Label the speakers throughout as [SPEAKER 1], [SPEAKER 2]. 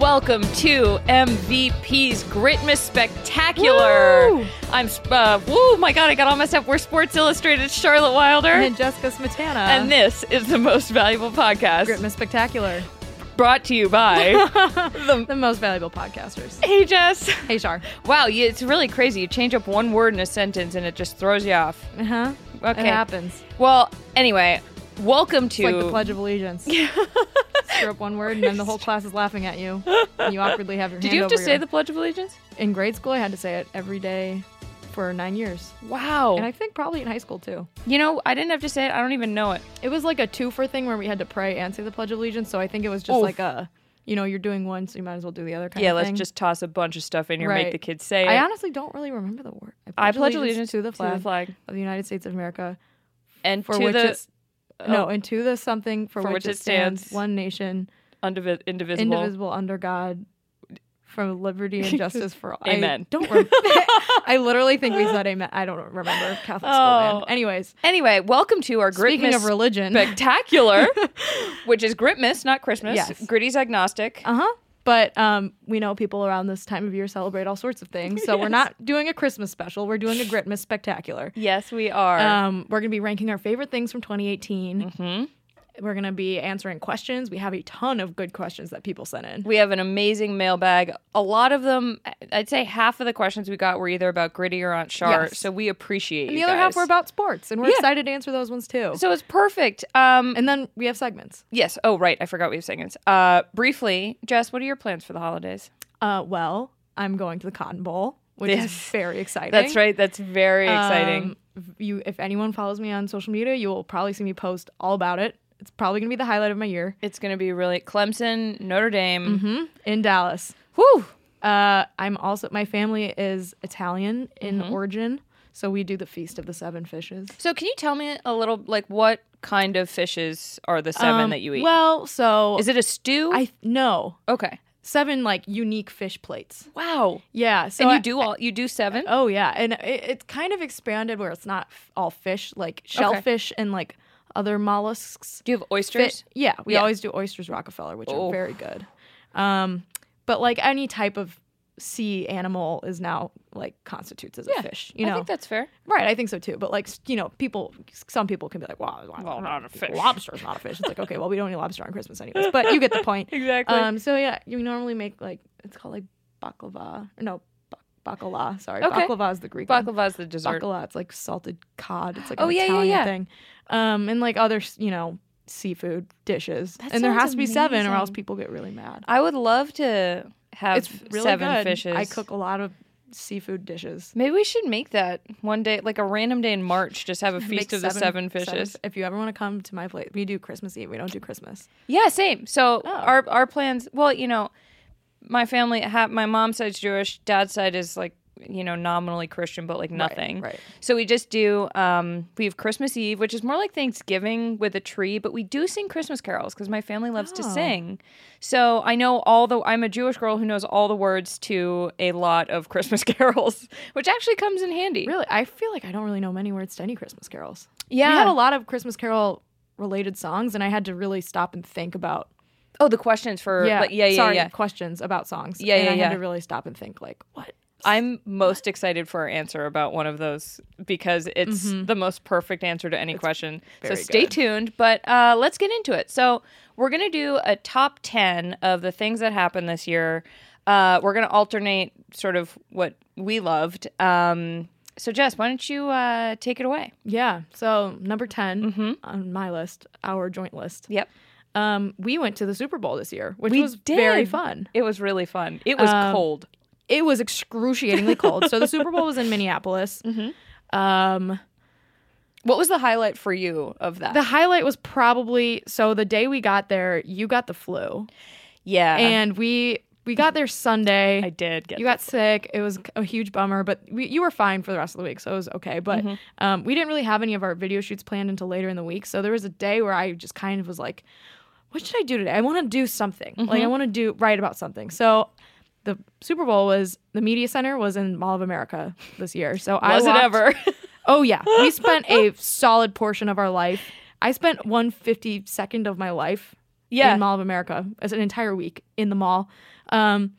[SPEAKER 1] Welcome to MVP's Gritmas Spectacular.
[SPEAKER 2] Woo!
[SPEAKER 1] I'm, sp- uh, woo, my God, I got all messed up. We're Sports Illustrated Charlotte Wilder.
[SPEAKER 2] and Jessica Smetana.
[SPEAKER 1] And this is the most valuable podcast
[SPEAKER 2] Gritmas Spectacular,
[SPEAKER 1] brought to you by.
[SPEAKER 2] the, most valuable podcasters.
[SPEAKER 1] hey, Jess.
[SPEAKER 2] Hey, Char.
[SPEAKER 1] Wow, you, it's really crazy. You change up one word in a sentence and it just throws you off.
[SPEAKER 2] Uh huh.
[SPEAKER 1] Okay.
[SPEAKER 2] It happens.
[SPEAKER 1] Well, anyway, welcome to.
[SPEAKER 2] It's like the Pledge of Allegiance. Screw up one word, and then the whole class is laughing at you, and you awkwardly have your
[SPEAKER 1] Did
[SPEAKER 2] hand
[SPEAKER 1] you have to
[SPEAKER 2] over
[SPEAKER 1] say
[SPEAKER 2] your-
[SPEAKER 1] the Pledge of Allegiance?
[SPEAKER 2] In grade school, I had to say it every day for nine years,
[SPEAKER 1] Wow.
[SPEAKER 2] and I think probably in high school too.
[SPEAKER 1] you know, I didn't have to say it. I don't even know it.
[SPEAKER 2] It was like a twofer thing where we had to pray and say the Pledge of Allegiance. So I think it was just
[SPEAKER 1] Oof.
[SPEAKER 2] like a, you know, you're doing one, so you might as well do the other kind
[SPEAKER 1] yeah,
[SPEAKER 2] of thing.
[SPEAKER 1] let's just toss a bunch of stuff in here, make
[SPEAKER 2] Right.
[SPEAKER 1] the kids say
[SPEAKER 2] I
[SPEAKER 1] it.
[SPEAKER 2] honestly don't really remember the word.
[SPEAKER 1] I pledge allegiance
[SPEAKER 2] to the flag,
[SPEAKER 1] to the flag
[SPEAKER 2] of the United States of America,
[SPEAKER 1] and
[SPEAKER 2] for
[SPEAKER 1] to
[SPEAKER 2] which
[SPEAKER 1] the
[SPEAKER 2] it's no, and to the something for,
[SPEAKER 1] For
[SPEAKER 2] which, it stands, one nation,
[SPEAKER 1] undivi- indivisible.
[SPEAKER 2] indivisible under God, for liberty and justice for all.
[SPEAKER 1] Amen.
[SPEAKER 2] I don't. Rem- I literally think we said amen. I don't remember Catholic school.
[SPEAKER 1] Oh.
[SPEAKER 2] Man. Anyways,
[SPEAKER 1] Anyway, welcome to our
[SPEAKER 2] speaking
[SPEAKER 1] Gritmas
[SPEAKER 2] of religion,
[SPEAKER 1] spectacular, which is Gritmas, not Christmas.
[SPEAKER 2] Yes.
[SPEAKER 1] Gritty's agnostic.
[SPEAKER 2] uh huh. But um, we know people around this time of year celebrate all sorts of things. So we're not doing a Christmas special. We're doing a Gritmas spectacular.
[SPEAKER 1] yes, we are.
[SPEAKER 2] Um, we're going to be ranking our favorite things from 2018. We're going to be answering questions. We have a ton of good questions that people sent in.
[SPEAKER 1] we have an amazing mailbag. A lot of them, I'd say half of the questions we got were either about Gritty or Aunt Char.
[SPEAKER 2] Yes.
[SPEAKER 1] So we appreciate
[SPEAKER 2] And the
[SPEAKER 1] you
[SPEAKER 2] other half
[SPEAKER 1] guys.
[SPEAKER 2] were about sports, and we're
[SPEAKER 1] Yeah.
[SPEAKER 2] excited to answer those ones too.
[SPEAKER 1] So it's perfect. Um,
[SPEAKER 2] and then we have segments.
[SPEAKER 1] yes. Oh, right. I forgot we have seconds. Uh, briefly, Jess, what are your plans for the holidays?
[SPEAKER 2] Uh, well, I'm going to the Cotton Bowl, which is
[SPEAKER 1] Yes.
[SPEAKER 2] very exciting.
[SPEAKER 1] That's right. That's very exciting.
[SPEAKER 2] Um, you, if anyone follows me on social media, you will probably see me post all about it. It's probably going to be the highlight of my year
[SPEAKER 1] It's going to be really Clemson, Notre Dame.
[SPEAKER 2] hmm in Dallas.
[SPEAKER 1] Whew.
[SPEAKER 2] Uh, I'm also my family is Italian in
[SPEAKER 1] Mm-hmm.
[SPEAKER 2] origin, so we do the feast of the seven fishes.
[SPEAKER 1] So, can you tell me a little, like, what kind of fishes are the seven
[SPEAKER 2] Um,
[SPEAKER 1] that you eat?
[SPEAKER 2] Well, so
[SPEAKER 1] is it a stew?
[SPEAKER 2] I no
[SPEAKER 1] okay.
[SPEAKER 2] seven like unique fish plates.
[SPEAKER 1] Wow.
[SPEAKER 2] Yeah, so
[SPEAKER 1] and you
[SPEAKER 2] I-
[SPEAKER 1] do all you do seven?
[SPEAKER 2] Oh yeah, and it, it's kind of expanded where it's not f- all fish, like shellfish and like other mollusks.
[SPEAKER 1] do you have
[SPEAKER 2] Fi-
[SPEAKER 1] oysters?
[SPEAKER 2] yeah, we
[SPEAKER 1] Yeah.
[SPEAKER 2] always do oysters Rockefeller, which
[SPEAKER 1] Oh.
[SPEAKER 2] are very good. Um, but like any type of sea animal is now like constitutes as a fish. You know,
[SPEAKER 1] I think that's fair.
[SPEAKER 2] Right, I think so too. But like s- you know, people, some people can be like, "Wow, well,
[SPEAKER 1] Well, not a fish.
[SPEAKER 2] Lobster's not a fish." It's like, okay, well, we don't eat lobster on Christmas anyways. But you get the point.
[SPEAKER 1] Exactly.
[SPEAKER 2] Um, so yeah, you normally make like it's called like baklava. Or no, bak- baklava. Sorry,
[SPEAKER 1] Okay.
[SPEAKER 2] baklava is the Greek. one.
[SPEAKER 1] Baklava's the dessert.
[SPEAKER 2] Baklava, it's like salted cod. It's like
[SPEAKER 1] Oh,
[SPEAKER 2] an
[SPEAKER 1] yeah, yeah,
[SPEAKER 2] Italian
[SPEAKER 1] yeah.
[SPEAKER 2] thing. Um, and like other s- you know seafood dishes.
[SPEAKER 1] That
[SPEAKER 2] and there
[SPEAKER 1] sounds
[SPEAKER 2] has to be seven, or else
[SPEAKER 1] amazing.
[SPEAKER 2] people get really mad.
[SPEAKER 1] I would love to have
[SPEAKER 2] It's really
[SPEAKER 1] seven
[SPEAKER 2] good.
[SPEAKER 1] fishes.
[SPEAKER 2] I cook a lot of seafood dishes.
[SPEAKER 1] Maybe we should make that one day, like a random day in March, just have a
[SPEAKER 2] Make
[SPEAKER 1] feast of the seven fishes.
[SPEAKER 2] seven- if you ever want to come to my place, we do Christmas Eve. We don't do Christmas.
[SPEAKER 1] Yeah, same. So our our plans. Well, you know, my family. Ha- my mom's side's Jewish. Dad's side is like you know nominally Christian, but like nothing.
[SPEAKER 2] right.
[SPEAKER 1] So we just do. Um, we have Christmas Eve, which is more like Thanksgiving with a tree, but we do sing Christmas carols because my family loves
[SPEAKER 2] Oh.
[SPEAKER 1] to sing. So I know all the. I'm a Jewish girl who knows all the words to a lot of Christmas carols, which actually comes in handy.
[SPEAKER 2] Really, I feel like I don't really know many words to any Christmas carols.
[SPEAKER 1] Yeah.
[SPEAKER 2] we had a lot of Christmas Carol related songs, and I had to really stop and think about.
[SPEAKER 1] Oh, the questions for
[SPEAKER 2] Yeah,
[SPEAKER 1] like, yeah, yeah,
[SPEAKER 2] sorry,
[SPEAKER 1] yeah.
[SPEAKER 2] questions about songs.
[SPEAKER 1] Yeah,
[SPEAKER 2] and
[SPEAKER 1] yeah,
[SPEAKER 2] I
[SPEAKER 1] yeah.
[SPEAKER 2] had to really stop and think like what.
[SPEAKER 1] I'm most excited for our answer about one of those because it's the most perfect answer to any question. So
[SPEAKER 2] very
[SPEAKER 1] stay
[SPEAKER 2] good.
[SPEAKER 1] tuned, but uh, let's get into it. So we're gonna do a top ten of the things that happened this year. Uh, we're gonna alternate sort of what we loved. Um, so Jess, why don't you uh, take it away?
[SPEAKER 2] Yeah, so number 10
[SPEAKER 1] Mm-hmm.
[SPEAKER 2] on my list, our joint list.
[SPEAKER 1] Yep,
[SPEAKER 2] Um, we went to the Super Bowl this year, which
[SPEAKER 1] We
[SPEAKER 2] was very
[SPEAKER 1] did.
[SPEAKER 2] fun.
[SPEAKER 1] it was really fun. It was cold.
[SPEAKER 2] it was excruciatingly cold. So the Super Bowl was in Minneapolis.
[SPEAKER 1] Mm-hmm.
[SPEAKER 2] Um,
[SPEAKER 1] What was the highlight for you of that?
[SPEAKER 2] the highlight was probably so the day we got there, you got the
[SPEAKER 1] Uh-huh.
[SPEAKER 2] flu,
[SPEAKER 1] yeah,
[SPEAKER 2] and we we got there Sunday.
[SPEAKER 1] I did get
[SPEAKER 2] You got sick. It was a huge bummer, but we, you were fine for the rest of the week, so it was okay. But
[SPEAKER 1] Mm-hmm.
[SPEAKER 2] um, we didn't really have any of our video shoots planned until later in the week. So there was a day where I just kind of was like, "What should I do today? I want to do something. Like
[SPEAKER 1] Mm-hmm.
[SPEAKER 2] I want to do write about something." So the Super Bowl was the media center was in Mall of America this year. So I
[SPEAKER 1] was it
[SPEAKER 2] walked-
[SPEAKER 1] ever?
[SPEAKER 2] Oh yeah, we spent a solid portion of our life. I spent one fifty second of my life
[SPEAKER 1] Yeah.
[SPEAKER 2] in Mall of America as an entire week in the mall. Um,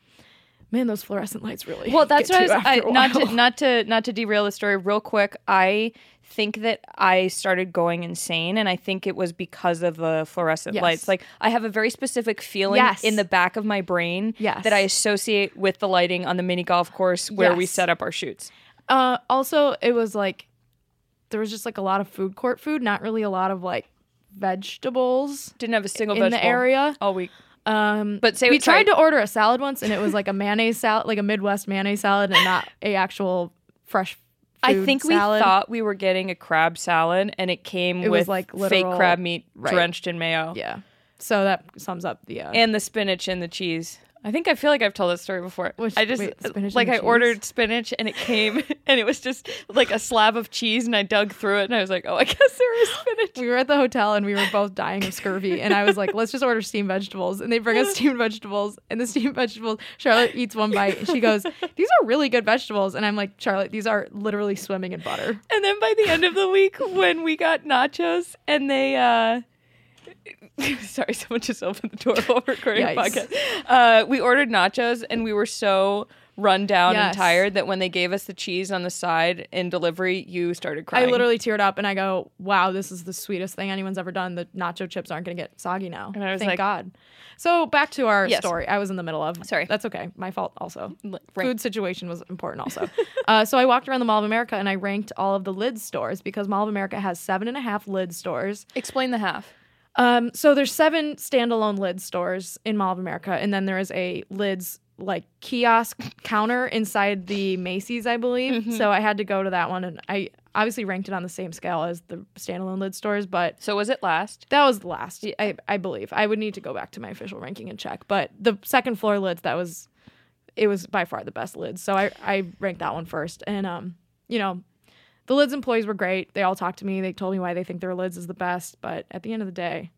[SPEAKER 2] man, those fluorescent lights really.
[SPEAKER 1] Well, that's
[SPEAKER 2] get
[SPEAKER 1] what I
[SPEAKER 2] to
[SPEAKER 1] was.
[SPEAKER 2] you
[SPEAKER 1] I,
[SPEAKER 2] after a
[SPEAKER 1] not to
[SPEAKER 2] while.
[SPEAKER 1] not to not to derail the story real quick. I think that I started going insane, and I think it was because of the fluorescent
[SPEAKER 2] Yes.
[SPEAKER 1] lights. Like I have a very specific feeling
[SPEAKER 2] Yes.
[SPEAKER 1] in the back of my brain
[SPEAKER 2] Yes.
[SPEAKER 1] that I associate with the lighting on the mini golf course where we
[SPEAKER 2] Yes.
[SPEAKER 1] set up our shoots.
[SPEAKER 2] Uh, also, it was like there was just like a lot of food court food, not really a lot of like vegetables
[SPEAKER 1] Didn't have a single
[SPEAKER 2] in
[SPEAKER 1] vegetable
[SPEAKER 2] the area.
[SPEAKER 1] all week.
[SPEAKER 2] Um,
[SPEAKER 1] But say
[SPEAKER 2] we
[SPEAKER 1] sorry.
[SPEAKER 2] tried to order a salad once, and it was like a mayonnaise salad, like a Midwest mayonnaise salad, and not a actual fresh.
[SPEAKER 1] I
[SPEAKER 2] food
[SPEAKER 1] think we
[SPEAKER 2] salad.
[SPEAKER 1] thought we were getting a crab salad, and it came
[SPEAKER 2] It was,
[SPEAKER 1] with
[SPEAKER 2] like,
[SPEAKER 1] fake
[SPEAKER 2] literal-
[SPEAKER 1] crab meat
[SPEAKER 2] Right.
[SPEAKER 1] drenched in mayo
[SPEAKER 2] Yeah. So that sums up the. Uh,
[SPEAKER 1] and the spinach and the cheese. I think I feel like I've told this story before.
[SPEAKER 2] Which-
[SPEAKER 1] I just
[SPEAKER 2] wait, spinach and
[SPEAKER 1] like
[SPEAKER 2] the
[SPEAKER 1] I
[SPEAKER 2] cheese?
[SPEAKER 1] ordered spinach and it came and it was just like a slab of cheese and I dug through it and I was like, oh, I guess there is spinach.
[SPEAKER 2] we were at the hotel and we were both dying of scurvy, and I was like, "Let's just order steamed vegetables." And they bring us steamed vegetables, and the steamed vegetables. Charlotte eats one bite, and she goes, "These are really good vegetables." And I'm like, "Charlotte, these are literally swimming in butter."
[SPEAKER 1] And then by the end of the week, when we got nachos and they, uh, sorry, someone just opened the door while we're recording a
[SPEAKER 2] Yikes.
[SPEAKER 1] podcast. Uh, we ordered nachos and we were so run down and
[SPEAKER 2] Yes.
[SPEAKER 1] tired that when they gave us the cheese on the side in delivery, you started crying.
[SPEAKER 2] I literally teared up and I go, "Wow, this is the sweetest thing anyone's ever done. The nacho chips aren't going to get soggy now."
[SPEAKER 1] And I was
[SPEAKER 2] Thank
[SPEAKER 1] like-
[SPEAKER 2] God. So back to our
[SPEAKER 1] Yes.
[SPEAKER 2] story. I was in the middle of.
[SPEAKER 1] Sorry.
[SPEAKER 2] that's okay. My fault. Also,
[SPEAKER 1] L- rank.
[SPEAKER 2] food situation was important. Also, uh, so I walked around the Mall of America and I ranked all of the lid stores because Mall of America has seven and a half lid stores.
[SPEAKER 1] explain the half.
[SPEAKER 2] Um, so there's seven standalone lids stores in Mall of America, and then there is a lids like kiosk counter inside the Macy's, I believe. So I had to go to that one, and I obviously ranked it on the same scale as the standalone lid stores, but
[SPEAKER 1] So was it last?
[SPEAKER 2] that was the last, I, I believe. I would need to go back to my official ranking and check, but the second floor lids that was it was by far the best lids. So I I ranked that one first, and um, you know. The lids employees were great. They all talked to me. They told me why they think their lids is the best. But at the end of the day,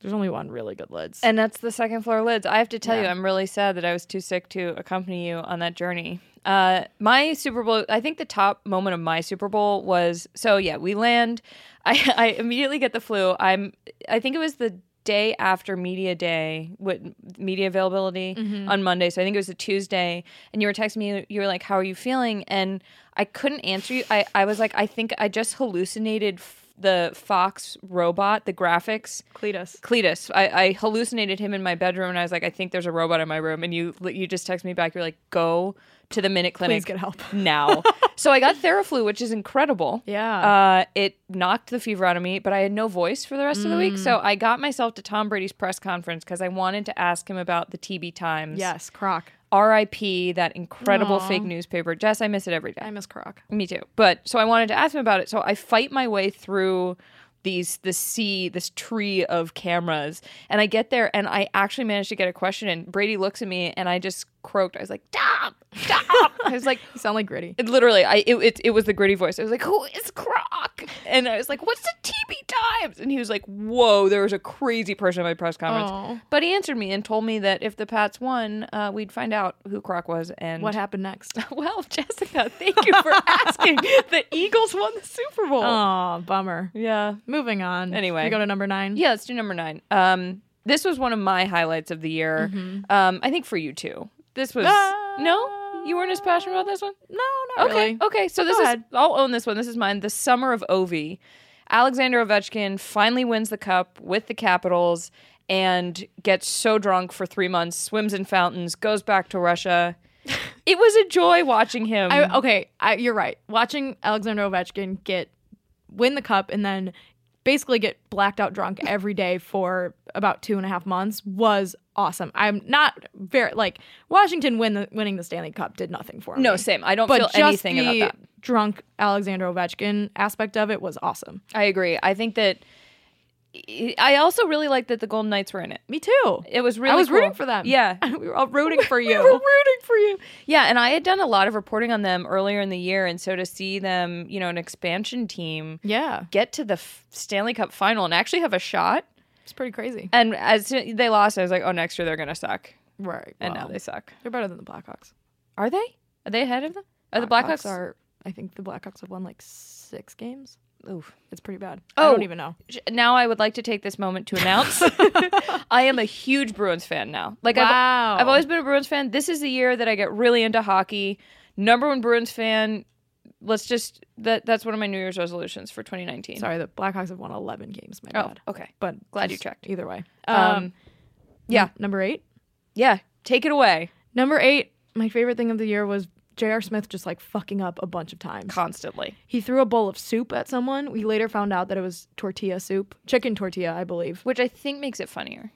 [SPEAKER 2] there's only one really good lids.
[SPEAKER 1] And that's the second floor lids. I have to tell you,
[SPEAKER 2] Yeah.
[SPEAKER 1] I'm really sad that I was too sick to accompany you on that journey. Uh, my Super Bowl, I think the top moment of my Super Bowl was so yeah, we land. I, I immediately get the flu. I'm I think it was the day after media day with media availability
[SPEAKER 2] Mm-hmm.
[SPEAKER 1] on Monday. So I think it was a Tuesday. And you were texting me, you were like, How are you feeling? And I couldn't answer you. I, I was like, I think I just hallucinated f- the Fox robot, the graphics.
[SPEAKER 2] Cletus.
[SPEAKER 1] Cletus. I, I hallucinated him in my bedroom, and I was like, I think there's a robot in my room. And you you just text me back. You're like, go to the minute clinic.
[SPEAKER 2] Please get help.
[SPEAKER 1] now. so I got Theraflu, which is incredible.
[SPEAKER 2] Yeah.
[SPEAKER 1] Uh, it knocked the fever out of me, but I had no voice for the rest of the
[SPEAKER 2] Mm.
[SPEAKER 1] week. So I got myself to Tom Brady's press conference because I wanted to ask him about the TB Times.
[SPEAKER 2] yes, Croc.
[SPEAKER 1] R.I.P. That incredible
[SPEAKER 2] Aw.
[SPEAKER 1] fake newspaper. Jess, I miss it every day.
[SPEAKER 2] I miss Croc.
[SPEAKER 1] Me too. But so I wanted to ask him about it. So I fight my way through these this sea, this tree of cameras, and I get there and I actually managed to get a question in. Brady looks at me and I just croaked. I was like, "Stop! Stop!" I was like,
[SPEAKER 2] You sound like gritty.
[SPEAKER 1] it literally, I it, it it was the gritty voice. I was like, "Who is Croc?" And I was like, "What's the TB Times?" And he was like, "Whoa, there was a crazy person at my press conference."
[SPEAKER 2] Aw.
[SPEAKER 1] But he answered me and told me that if the Pats won, uh, we'd find out who Croc was and
[SPEAKER 2] What happened next?
[SPEAKER 1] well, Jessica, thank you for asking. the Eagles won the Super Bowl.
[SPEAKER 2] Oh, bummer.
[SPEAKER 1] Yeah.
[SPEAKER 2] Moving on.
[SPEAKER 1] Anyway.
[SPEAKER 2] You go to number nine.
[SPEAKER 1] Yeah, let's do number nine. Um, this was one of my highlights of the year. Um, I think for you too. This was
[SPEAKER 2] Ah.
[SPEAKER 1] no, you weren't as passionate about this one.
[SPEAKER 2] No, not
[SPEAKER 1] okay,
[SPEAKER 2] really.
[SPEAKER 1] okay. So this
[SPEAKER 2] Go
[SPEAKER 1] is
[SPEAKER 2] ahead.
[SPEAKER 1] I'll own this one. This is mine. The summer of Ovi. Alexander Ovechkin finally wins the cup with the Capitals and gets so drunk for three months, swims in fountains, goes back to Russia. it was a joy watching him.
[SPEAKER 2] I, okay, I, you're right. Watching Alexander Ovechkin get win the cup and then basically get blacked out drunk every day for about two and a half months was awesome. I'm not very like Washington win the, winning the Stanley Cup did nothing for me.
[SPEAKER 1] no, same. I don't
[SPEAKER 2] but
[SPEAKER 1] feel
[SPEAKER 2] just
[SPEAKER 1] anything
[SPEAKER 2] the
[SPEAKER 1] about that.
[SPEAKER 2] drunk Alexander Ovechkin aspect of it was awesome.
[SPEAKER 1] I agree. I think that I also really liked that the Golden Knights were in it.
[SPEAKER 2] Me too.
[SPEAKER 1] It was really
[SPEAKER 2] I was
[SPEAKER 1] cool.
[SPEAKER 2] rooting for them.
[SPEAKER 1] Yeah.
[SPEAKER 2] we were all rooting for
[SPEAKER 1] We were
[SPEAKER 2] you.
[SPEAKER 1] rooting for you. Yeah, and I had done a lot of reporting on them earlier in the year and so to see them, you know, an expansion team
[SPEAKER 2] yeah,
[SPEAKER 1] get to the f- Stanley Cup final and actually have a shot
[SPEAKER 2] it's pretty crazy.
[SPEAKER 1] and as soon- they lost I was like, "Oh, next year they're going to suck."
[SPEAKER 2] Right.
[SPEAKER 1] And
[SPEAKER 2] well,
[SPEAKER 1] now they suck.
[SPEAKER 2] they're better than the Blackhawks.
[SPEAKER 1] Are they? Are they ahead of them? Are Uh, the Blackhawks
[SPEAKER 2] are. I think the Blackhawks have won like six games.
[SPEAKER 1] Oof.
[SPEAKER 2] It's pretty bad. I
[SPEAKER 1] Oh.
[SPEAKER 2] don't even know.
[SPEAKER 1] Sh- Now I would like to take this moment to announce I am a huge Bruins fan now. Like
[SPEAKER 2] Wow.
[SPEAKER 1] I've I've always been a Bruins fan. This is the year that I get really into hockey. Number one Bruins fan. Let's just that that's one of my New Year's resolutions for 2019.
[SPEAKER 2] Sorry, the Blackhawks have won 11 games. My
[SPEAKER 1] Oh,
[SPEAKER 2] bad.
[SPEAKER 1] okay.
[SPEAKER 2] But
[SPEAKER 1] Glad you
[SPEAKER 2] just
[SPEAKER 1] checked.
[SPEAKER 2] Either way.
[SPEAKER 1] Um,
[SPEAKER 2] Um,
[SPEAKER 1] yeah.
[SPEAKER 2] yeah. Number eight.
[SPEAKER 1] Yeah, take it away
[SPEAKER 2] Number eight. My favorite thing of the year was J.R. Smith just like fucking up a bunch of times.
[SPEAKER 1] constantly.
[SPEAKER 2] He threw a bowl of soup at someone. We later found out that it was tortilla soup, chicken tortilla, I believe.
[SPEAKER 1] which I think makes it funnier.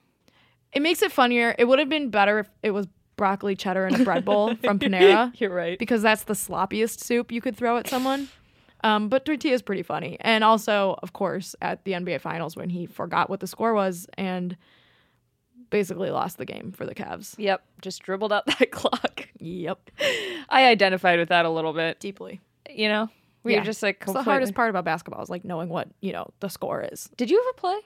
[SPEAKER 2] It makes it funnier. It would have been better if it was broccoli cheddar in a bread bowl from Panera
[SPEAKER 1] You're right.
[SPEAKER 2] because that's the sloppiest soup you could throw at someone. Um, but tortilla is pretty funny. And also, of course, at the NBA Finals when he forgot what the score was and basically lost the game for the Cavs.
[SPEAKER 1] Yep, just dribbled out that clock.
[SPEAKER 2] Yep.
[SPEAKER 1] I identified with that a little bit.
[SPEAKER 2] Deeply.
[SPEAKER 1] You know, we
[SPEAKER 2] Yeah.
[SPEAKER 1] were just like
[SPEAKER 2] It's the
[SPEAKER 1] completely.
[SPEAKER 2] hardest part about basketball is like knowing what, you know, the score is.
[SPEAKER 1] Did you ever play?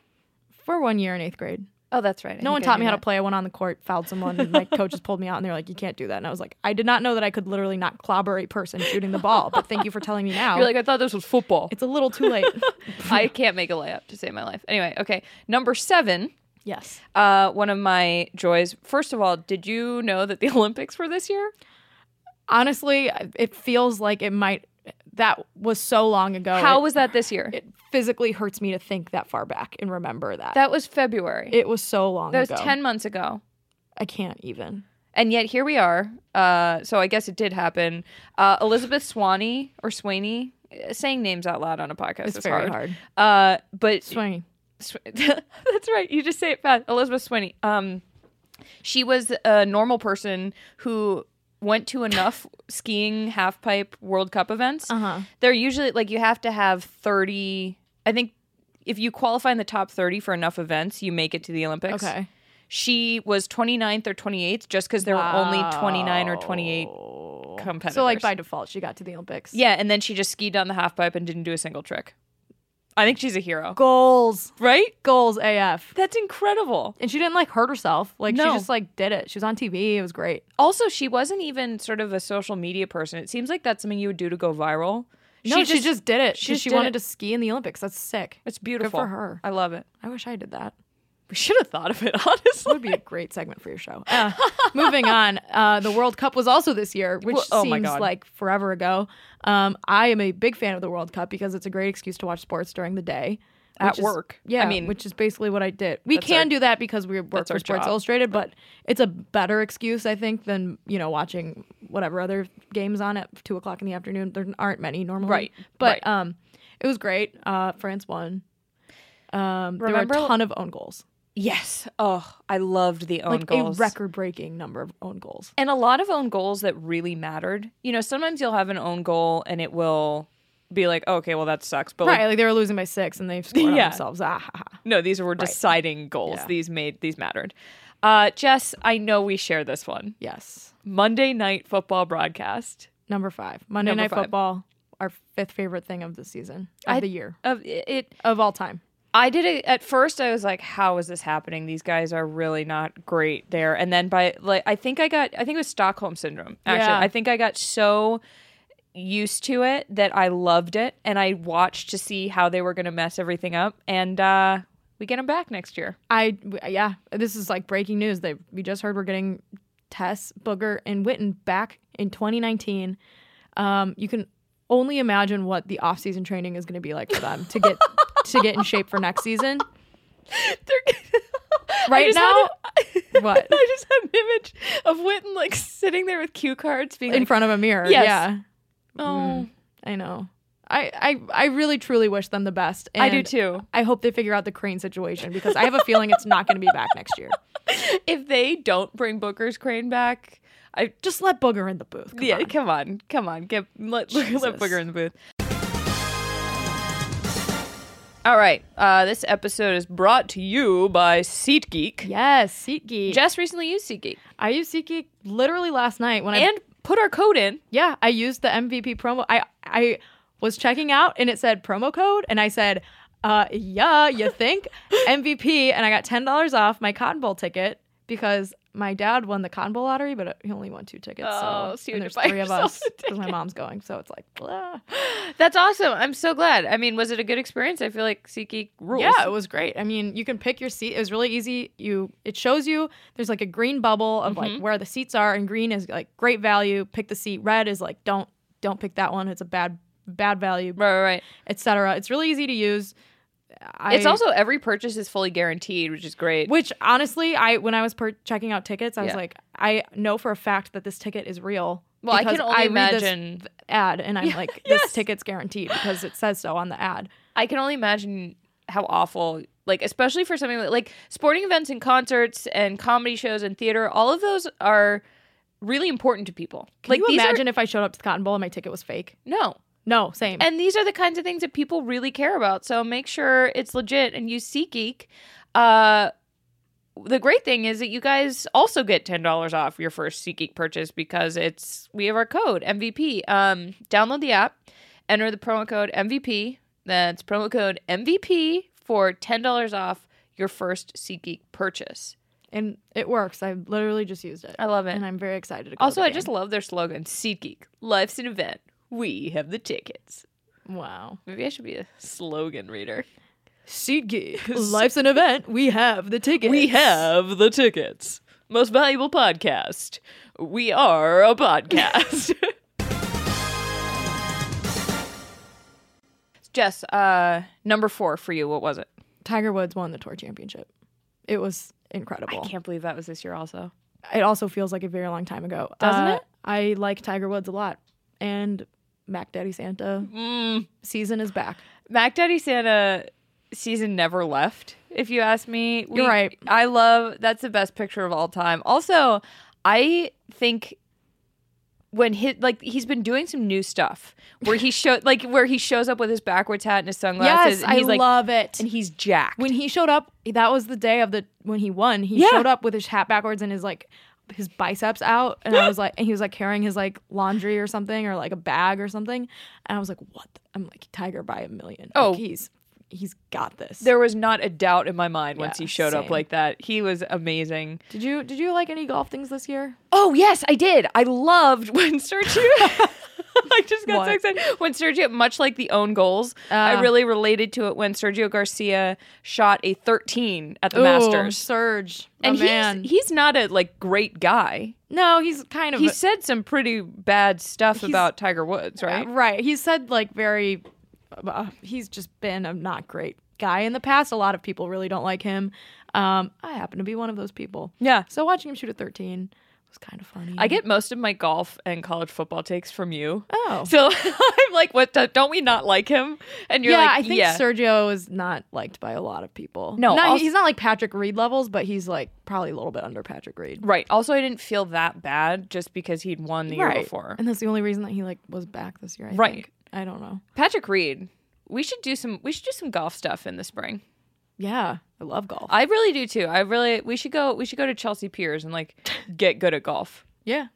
[SPEAKER 2] For one year in eighth grade.
[SPEAKER 1] Oh, that's right. I
[SPEAKER 2] No one
[SPEAKER 1] think I
[SPEAKER 2] taught
[SPEAKER 1] do
[SPEAKER 2] me how to
[SPEAKER 1] that.
[SPEAKER 2] play. I went on the court, fouled someone, and my coaches pulled me out, and they were like, "You can't do that." And I was like, "I did not know that I could literally not clobber a person shooting the ball." But thank you for telling me now.
[SPEAKER 1] You're like, I thought this was football.
[SPEAKER 2] it's a little too late.
[SPEAKER 1] I can't make a layup to save my life. Anyway, okay. Number seven,
[SPEAKER 2] yes.
[SPEAKER 1] uh, one of my joys. First of all, did you know that the Olympics were this year?
[SPEAKER 2] Honestly, it feels like it might. That was so long ago.
[SPEAKER 1] How
[SPEAKER 2] it,
[SPEAKER 1] was that this year?
[SPEAKER 2] it physically hurts me to think that far back and remember that.
[SPEAKER 1] that was February.
[SPEAKER 2] it was so long
[SPEAKER 1] that was
[SPEAKER 2] ago.
[SPEAKER 1] 10 months ago.
[SPEAKER 2] I can't even.
[SPEAKER 1] And yet here we are. Uh, so I guess it did happen. Uh, Elizabeth Swaney or Swaney, uh, saying names out loud on a podcast
[SPEAKER 2] It's
[SPEAKER 1] is
[SPEAKER 2] very
[SPEAKER 1] hard.
[SPEAKER 2] hard.
[SPEAKER 1] Uh, but
[SPEAKER 2] Swing.
[SPEAKER 1] Sw- that's right. You just say it fast. Elizabeth Swaney. Um, she was a normal person who went to enough skiing half pipe World Cup events.
[SPEAKER 2] Uh huh.
[SPEAKER 1] They're usually like you have to have thirty. I think if you qualify in the top thirty for enough events, you make it to the Olympics.
[SPEAKER 2] Okay.
[SPEAKER 1] She was 29th or 28th just because there were only 29 or 28
[SPEAKER 2] Wow.
[SPEAKER 1] competitors.
[SPEAKER 2] So like by default, she got to the Olympics.
[SPEAKER 1] yeah, and then she just skied down the half pipe and didn't do a single trick. I think she's a hero,
[SPEAKER 2] Goals.
[SPEAKER 1] right?
[SPEAKER 2] Goals. AF.
[SPEAKER 1] That's incredible.
[SPEAKER 2] And she didn't like hurt herself. Like she
[SPEAKER 1] No.
[SPEAKER 2] just like did it. She was on TV. It was great.
[SPEAKER 1] Also, she wasn't even sort of a social media person. It seems like that's something you would do to go viral.
[SPEAKER 2] No, she just, did it.
[SPEAKER 1] she
[SPEAKER 2] She,
[SPEAKER 1] just
[SPEAKER 2] she
[SPEAKER 1] did
[SPEAKER 2] wanted
[SPEAKER 1] it.
[SPEAKER 2] to ski in the Olympics. That's sick.
[SPEAKER 1] it's beautiful
[SPEAKER 2] Good for her.
[SPEAKER 1] I love it.
[SPEAKER 2] I wish I did that.
[SPEAKER 1] We should have thought of it,
[SPEAKER 2] That
[SPEAKER 1] honestly.
[SPEAKER 2] would be a great segment for your show. Uh, moving on, uh, the World Cup was also this year, which
[SPEAKER 1] Well, oh my
[SPEAKER 2] seems
[SPEAKER 1] God.
[SPEAKER 2] like forever ago. Um, I am a big fan of the World Cup because it's a great excuse to watch sports during the day.
[SPEAKER 1] At
[SPEAKER 2] which is-
[SPEAKER 1] work. I
[SPEAKER 2] yeah.
[SPEAKER 1] mean-
[SPEAKER 2] which is basically what I did. We
[SPEAKER 1] That's
[SPEAKER 2] can
[SPEAKER 1] our-
[SPEAKER 2] do that because we work
[SPEAKER 1] that's
[SPEAKER 2] for
[SPEAKER 1] our
[SPEAKER 2] Sports
[SPEAKER 1] job.
[SPEAKER 2] Illustrated, but it's a better excuse, I think, than you know watching whatever other games on at two o'clock in the afternoon. There aren't many normally,
[SPEAKER 1] Right,
[SPEAKER 2] But
[SPEAKER 1] right.
[SPEAKER 2] um, it was great. Uh, France won. Um, there were a
[SPEAKER 1] Remember-
[SPEAKER 2] ton of own goals
[SPEAKER 1] yes. Oh, I loved the own
[SPEAKER 2] like
[SPEAKER 1] goals.
[SPEAKER 2] a record-breaking number of own goals.
[SPEAKER 1] and a lot of own goals that really mattered. You know, sometimes you'll have an own goal and it will be like, oh, okay, well, that sucks. But like,
[SPEAKER 2] Right, like they were losing by six and they've scored on
[SPEAKER 1] Yeah.
[SPEAKER 2] themselves. Ah, ha, ha.
[SPEAKER 1] no, these were deciding goals.
[SPEAKER 2] Yeah.
[SPEAKER 1] These made, these mattered. Uh, Jess, I know we share this one.
[SPEAKER 2] Yes.
[SPEAKER 1] Monday night football broadcast.
[SPEAKER 2] Number five, Monday
[SPEAKER 1] Number
[SPEAKER 2] Night
[SPEAKER 1] five.
[SPEAKER 2] Football, our fifth favorite thing of the season, of
[SPEAKER 1] I-
[SPEAKER 2] the year,
[SPEAKER 1] Of it,
[SPEAKER 2] of all time.
[SPEAKER 1] I did it at first. I was like, "How is this happening? These guys are really not great there." And then by like, I think I got, I think it was Stockholm syndrome. Actually,
[SPEAKER 2] Yeah.
[SPEAKER 1] I think I got so used to it that I loved it, and I watched to see how they were going to mess everything up. And uh, we get them back next year.
[SPEAKER 2] I w- yeah, this is like breaking news. They we just heard we're getting Tess Booger and Witten back in 2019. Um, you can only imagine what the off-season training is going to be like for them to get to get in shape for next season. Right
[SPEAKER 1] just had
[SPEAKER 2] now, what
[SPEAKER 1] I just had an image of Witten like sitting there with cue cards, being
[SPEAKER 2] in
[SPEAKER 1] like,
[SPEAKER 2] front of a mirror?
[SPEAKER 1] Yes.
[SPEAKER 2] Yeah,
[SPEAKER 1] "Oh,
[SPEAKER 2] I know. I, I I really truly wish them the best. And
[SPEAKER 1] I do too."
[SPEAKER 2] I hope they figure out the crane situation because I have a feeling it's not going to be back next year.
[SPEAKER 1] If they don't bring Booker's Crane back, I
[SPEAKER 2] Just let Booger in the booth. Come
[SPEAKER 1] yeah,
[SPEAKER 2] on.
[SPEAKER 1] come on, come on, get let, let
[SPEAKER 2] Jesus.
[SPEAKER 1] Booger in the booth. All right, uh, this episode is brought to you by SeatGeek.
[SPEAKER 2] Yes, SeatGeek.
[SPEAKER 1] Just recently used SeatGeek
[SPEAKER 2] I used SeatGeek literally last night when I
[SPEAKER 1] and put our code in.
[SPEAKER 2] yeah I used the MVP promo. I I was checking out and it said promo code and I said, uh, yeah, you think MVP and I got ten dollars off my Cotton Bowl ticket because my dad won the Conbo lottery, but uh, he only won two tickets.
[SPEAKER 1] Oh,
[SPEAKER 2] so,
[SPEAKER 1] so you
[SPEAKER 2] and
[SPEAKER 1] had to
[SPEAKER 2] there's
[SPEAKER 1] buy
[SPEAKER 2] three of
[SPEAKER 1] yourself
[SPEAKER 2] us
[SPEAKER 1] a
[SPEAKER 2] because my mom's going. So it's like, blah.
[SPEAKER 1] That's awesome. I'm so glad. I mean, was it a good experience? I feel like SeatGeek rules.
[SPEAKER 2] Yeah, it was great. I mean, you can pick your seat. It was really easy. You it shows you there's like a green bubble of
[SPEAKER 1] Mm-hmm.
[SPEAKER 2] like where the seats are, and green is like great value. Pick the seat. Red is like don't don't pick that one. It's a bad bad value,
[SPEAKER 1] Right, right, right.
[SPEAKER 2] etc. It's really easy to use. I,
[SPEAKER 1] it's also every purchase is fully guaranteed, which is great.
[SPEAKER 2] which honestly, I when I was per- checking out tickets, I was
[SPEAKER 1] Yeah.
[SPEAKER 2] like, I know for a fact that this ticket is real.
[SPEAKER 1] Well, I
[SPEAKER 2] because
[SPEAKER 1] can only
[SPEAKER 2] read this
[SPEAKER 1] imagine-
[SPEAKER 2] th- ad, and I'm like, this
[SPEAKER 1] yes.
[SPEAKER 2] ticket's guaranteed because it says so on the ad.
[SPEAKER 1] I can only imagine how awful, like, especially for something like, like sporting events and concerts and comedy shows and theater, all of those are really important to people.
[SPEAKER 2] Can
[SPEAKER 1] like,
[SPEAKER 2] you
[SPEAKER 1] these
[SPEAKER 2] imagine if I showed up to the Cotton Bowl and my ticket was fake?
[SPEAKER 1] Are, no.
[SPEAKER 2] No, same.
[SPEAKER 1] And these are the kinds of things that people really care about. So make sure it's legit and use SeatGeek. Uh, the great thing is that you guys also get ten dollars off your first SeatGeek purchase because it's we have our code MVP. Um, download the app, enter the promo code MVP. That's promo code MVP for ten dollars off your first SeatGeek purchase.
[SPEAKER 2] and it works. I literally just used it,
[SPEAKER 1] I love it.
[SPEAKER 2] and I'm very excited. To go
[SPEAKER 1] also,
[SPEAKER 2] to the
[SPEAKER 1] I just love their slogan: SeatGeek, life's an event. We have the tickets.
[SPEAKER 2] game. wow.
[SPEAKER 1] Maybe I should be a slogan reader.
[SPEAKER 2] SeatGeek, life's an event. We have the ticket.
[SPEAKER 1] We have the tickets. Most valuable podcast. We are a podcast. Jess, uh, number four for you. What was it?
[SPEAKER 2] Tiger Woods won the tour championship. It was incredible.
[SPEAKER 1] I can't believe that was this year. Also,
[SPEAKER 2] it also feels like a very long time ago.
[SPEAKER 1] Doesn't
[SPEAKER 2] Uh,
[SPEAKER 1] it?
[SPEAKER 2] I like Tiger Woods a lot. And Mac Daddy Santa
[SPEAKER 1] Mm.
[SPEAKER 2] season is back.
[SPEAKER 1] Mac Daddy Santa season never left. If you ask me,
[SPEAKER 2] You're right.
[SPEAKER 1] I love that's the best picture of all time. Also, I think when he like he's been doing some new stuff where he showed like where he shows up with his backwards hat and his sunglasses.
[SPEAKER 2] yes,
[SPEAKER 1] and
[SPEAKER 2] I
[SPEAKER 1] he's like,
[SPEAKER 2] love it.
[SPEAKER 1] and he's jacked.
[SPEAKER 2] when he showed up, that was the day of the when he won. He
[SPEAKER 1] Yeah.
[SPEAKER 2] showed up with his hat backwards and his like his biceps out, and I was like, and he was like carrying his like laundry or something or like a bag or something, and I was like, what? the- I'm like Tiger by a million.
[SPEAKER 1] Oh.
[SPEAKER 2] like, he's he's got this.
[SPEAKER 1] there was not a doubt in my mind once
[SPEAKER 2] Yeah,
[SPEAKER 1] he showed up
[SPEAKER 2] same.
[SPEAKER 1] like that. He was amazing.
[SPEAKER 2] did you did you like any golf things this year?
[SPEAKER 1] Oh yes, I did. I loved when Sergio. I just got so
[SPEAKER 2] What?
[SPEAKER 1] excited when Sergio, much like the own goals, I
[SPEAKER 2] Ah.
[SPEAKER 1] really related to it when Sergio Garcia shot a 13 at the Masters.
[SPEAKER 2] Surge,
[SPEAKER 1] And
[SPEAKER 2] and Oh, man.
[SPEAKER 1] he's he's not a like great guy.
[SPEAKER 2] no, he's kind of
[SPEAKER 1] He
[SPEAKER 2] a-
[SPEAKER 1] said some pretty bad stuff about Tiger Woods, right?
[SPEAKER 2] Uh, right. He said like very. Uh, he's just been a not great guy in the past. A lot of people really don't like him. Um, I happen to be one of those people.
[SPEAKER 1] Yeah.
[SPEAKER 2] So watching him shoot at 13 was kind of funny.
[SPEAKER 1] I get most of my golf and college football takes from you.
[SPEAKER 2] Oh.
[SPEAKER 1] So I'm like, what? the- don't we not like him? And you're
[SPEAKER 2] yeah,
[SPEAKER 1] like,
[SPEAKER 2] I think
[SPEAKER 1] yeah.
[SPEAKER 2] Sergio is not liked by a lot of people.
[SPEAKER 1] No,
[SPEAKER 2] Not-
[SPEAKER 1] also-
[SPEAKER 2] he's not like Patrick Reed levels, but he's like probably a little bit under Patrick Reed.
[SPEAKER 1] Right. Also, I didn't feel that bad just because he'd won the year before.
[SPEAKER 2] and that's the only reason that he like was back this year. I
[SPEAKER 1] Right.
[SPEAKER 2] think. I don't know.
[SPEAKER 1] Patrick Reed. We should do some. We should do some golf stuff in the spring.
[SPEAKER 2] Yeah, I love golf.
[SPEAKER 1] I really do too. I really. We should go. We should go to Chelsea Piers and like get good at golf.
[SPEAKER 2] yeah,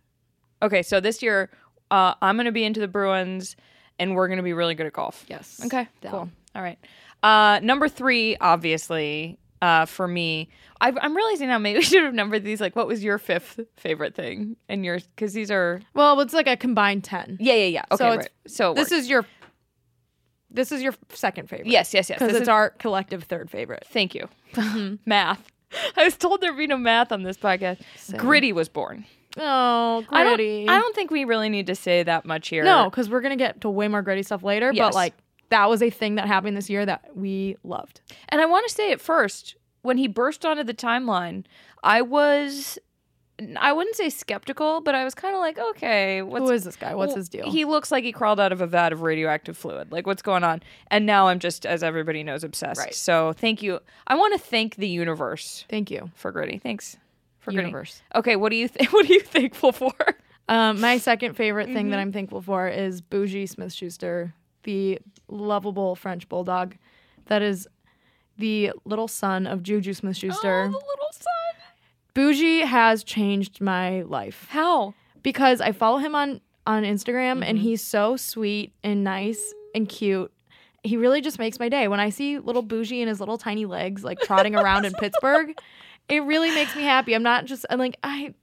[SPEAKER 1] Okay. So this year, uh, I'm gonna be into the Bruins, and we're gonna be really good at golf.
[SPEAKER 2] yes.
[SPEAKER 1] Okay.
[SPEAKER 2] Down.
[SPEAKER 1] Cool. All right. Uh, number three, obviously, uh, for me, i I'm realizing now maybe we should have numbered these. Like, what was your fifth favorite thing? And your because these are
[SPEAKER 2] Well, it's like a combined ten.
[SPEAKER 1] yeah yeah yeah. Okay.
[SPEAKER 2] So
[SPEAKER 1] So
[SPEAKER 2] it's-
[SPEAKER 1] right. so
[SPEAKER 2] this
[SPEAKER 1] this is
[SPEAKER 2] is your this is your second favorite
[SPEAKER 1] yes yes yes.
[SPEAKER 2] because
[SPEAKER 1] This
[SPEAKER 2] it's
[SPEAKER 1] is-
[SPEAKER 2] our collective third favorite
[SPEAKER 1] Thank you.
[SPEAKER 2] Mm-hmm.
[SPEAKER 1] math. I was told there'd be no math on this podcast. Gritty was born.
[SPEAKER 2] oh
[SPEAKER 1] I don't, I don't think we really need to say that much here.
[SPEAKER 2] no because we're gonna get to way more gritty stuff later
[SPEAKER 1] Yes.
[SPEAKER 2] but like that was a thing that happened this year that we loved
[SPEAKER 1] And I want to say at first, when he burst onto the timeline, I was, I wouldn't say skeptical, but I was kind of like, okay, what's
[SPEAKER 2] who is this guy what's
[SPEAKER 1] well,
[SPEAKER 2] his deal
[SPEAKER 1] He looks like he crawled out of a vat of radioactive fluid. Like, what's going on? And now I'm just, as everybody knows, obsessed.
[SPEAKER 2] Right.
[SPEAKER 1] So thank you. I want to thank the universe
[SPEAKER 2] thank you
[SPEAKER 1] for Gritty. Thanks for
[SPEAKER 2] Universe.
[SPEAKER 1] Gritty. Okay, what do you th- what are you thankful for?
[SPEAKER 2] um, my second favorite thing that i'm thankful for is bougie smith schuster the lovable french bulldog that is the little son of juju smith schuster
[SPEAKER 1] Oh, the little son.
[SPEAKER 2] bougie has changed my life
[SPEAKER 1] How?
[SPEAKER 2] because I follow him on on Instagram and he's so sweet and nice and cute. He really just makes my day when I see little Bougie and his little tiny legs like trotting around in Pittsburgh. It really makes me happy. I'm not just. I'm like I.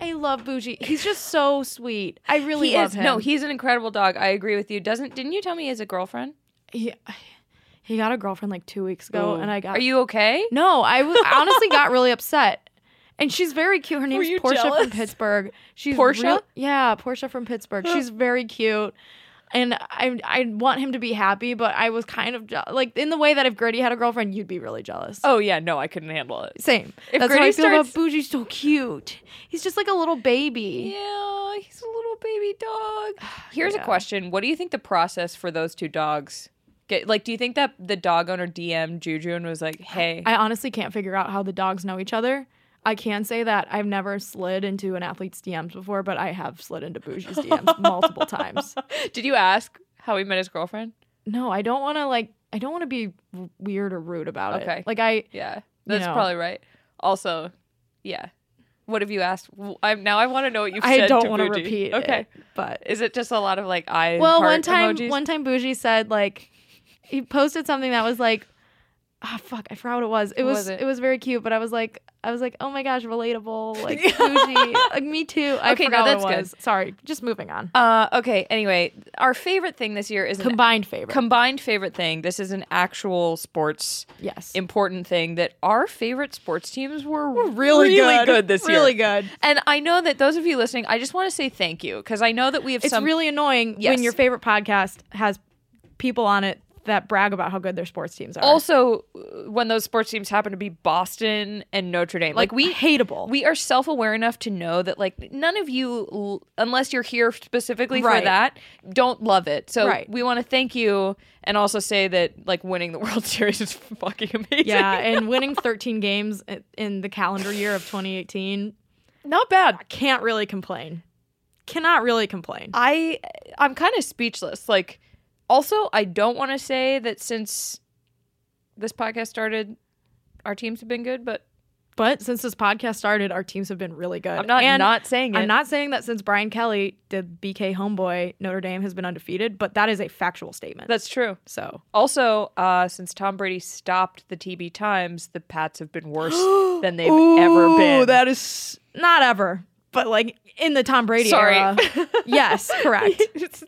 [SPEAKER 2] I love Bougie. He's just so sweet. I really
[SPEAKER 1] he
[SPEAKER 2] love
[SPEAKER 1] is
[SPEAKER 2] him.
[SPEAKER 1] no, he's an incredible dog. I agree with you. Doesn't didn't you tell me he has a girlfriend?
[SPEAKER 2] he he got a girlfriend like two weeks ago, and I got
[SPEAKER 1] Are you okay?
[SPEAKER 2] No, I was I honestly got really upset. And she's very cute. Her name's
[SPEAKER 1] you
[SPEAKER 2] Portia
[SPEAKER 1] jealous?
[SPEAKER 2] from Pittsburgh. She's
[SPEAKER 1] Portia?
[SPEAKER 2] real- yeah, Portia from Pittsburgh. She's very cute. And I I want him to be happy, but I was kind of je- like in the way that if Gertie had a girlfriend, you'd be really jealous.
[SPEAKER 1] Oh yeah, no, I couldn't handle it.
[SPEAKER 2] Same.
[SPEAKER 1] If
[SPEAKER 2] That's how I
[SPEAKER 1] Gertie
[SPEAKER 2] feel
[SPEAKER 1] starts-
[SPEAKER 2] about Bougie's so cute. He's just like a little baby.
[SPEAKER 1] Yeah, he's a little baby dog. Here's a
[SPEAKER 2] Yeah.
[SPEAKER 1] question: What do you think the process for those two dogs? Get, like, do you think that the dog owner DM Juju and was like, "Hey,
[SPEAKER 2] I honestly can't figure out how the dogs know each other. I can say that I've never slid into an athlete's DMs before, but I have slid into Bougie's DMs multiple times.
[SPEAKER 1] did you ask how he met his girlfriend?"
[SPEAKER 2] no, I don't want to like I don't want to be w- weird or rude about
[SPEAKER 1] Okay.
[SPEAKER 2] it. Like I
[SPEAKER 1] Yeah, that's
[SPEAKER 2] know.
[SPEAKER 1] probably right. Also, yeah, what have you asked? W- I'm now. I want to know what you've said.
[SPEAKER 2] I don't
[SPEAKER 1] to
[SPEAKER 2] want to
[SPEAKER 1] Fuji.
[SPEAKER 2] repeat. it,
[SPEAKER 1] Okay,
[SPEAKER 2] but
[SPEAKER 1] is it just a lot of like eyes?
[SPEAKER 2] well, one
[SPEAKER 1] heart
[SPEAKER 2] time
[SPEAKER 1] emojis?
[SPEAKER 2] one time Bougie said like he posted something that was like ah fuck, I forgot what it was. It
[SPEAKER 1] What
[SPEAKER 2] was,
[SPEAKER 1] was it?
[SPEAKER 2] it? was very cute, but I was like I was like, "Oh my gosh, relatable." Like Bougie, like me too. I
[SPEAKER 1] Okay, no,
[SPEAKER 2] forgot
[SPEAKER 1] that's
[SPEAKER 2] what
[SPEAKER 1] good.
[SPEAKER 2] it was. Sorry, just moving on.
[SPEAKER 1] Uh, okay. Anyway, our favorite thing this year is an
[SPEAKER 2] Um, Combined favorite.
[SPEAKER 1] combined favorite thing. This is an actual sports
[SPEAKER 2] yes.
[SPEAKER 1] important thing that our favorite sports teams were,
[SPEAKER 2] really,
[SPEAKER 1] good.
[SPEAKER 2] good.
[SPEAKER 1] this
[SPEAKER 2] Really
[SPEAKER 1] year.
[SPEAKER 2] good.
[SPEAKER 1] And I know that those of you listening, I just want to say thank you because I know that we have
[SPEAKER 2] It's
[SPEAKER 1] some
[SPEAKER 2] really annoying
[SPEAKER 1] Yes.
[SPEAKER 2] when your favorite podcast has people on it that brag about how good their sports teams are.
[SPEAKER 1] also uh, when those sports teams happen to be Boston and Notre Dame. Like, we
[SPEAKER 2] hateable.
[SPEAKER 1] we are self-aware enough to know that like none of you l- unless you're here specifically for
[SPEAKER 2] Right.
[SPEAKER 1] that don't love it. So
[SPEAKER 2] Right.
[SPEAKER 1] we want to thank you and also say that like winning the World Series is fucking amazing.
[SPEAKER 2] yeah, and winning 13 games i- in the calendar year of 2018
[SPEAKER 1] Not bad.
[SPEAKER 2] can't really complain. Cannot really complain.
[SPEAKER 1] I I'm kind of speechless. Like also I don't want to say that since this podcast started our teams have been good, but
[SPEAKER 2] But since this podcast started, our teams have been really good.
[SPEAKER 1] I'm not
[SPEAKER 2] and
[SPEAKER 1] not saying it.
[SPEAKER 2] I'm not saying that since Brian Kelly, the BK homeboy, Notre Dame has been undefeated, but that is a factual statement.
[SPEAKER 1] That's true.
[SPEAKER 2] so
[SPEAKER 1] Also, uh, since Tom Brady stopped the TB times, the Pats have been worse than they've ever
[SPEAKER 2] Ooh,
[SPEAKER 1] been.
[SPEAKER 2] That is not ever, but like in the Tom Brady
[SPEAKER 1] Sorry.
[SPEAKER 2] era. yes, correct.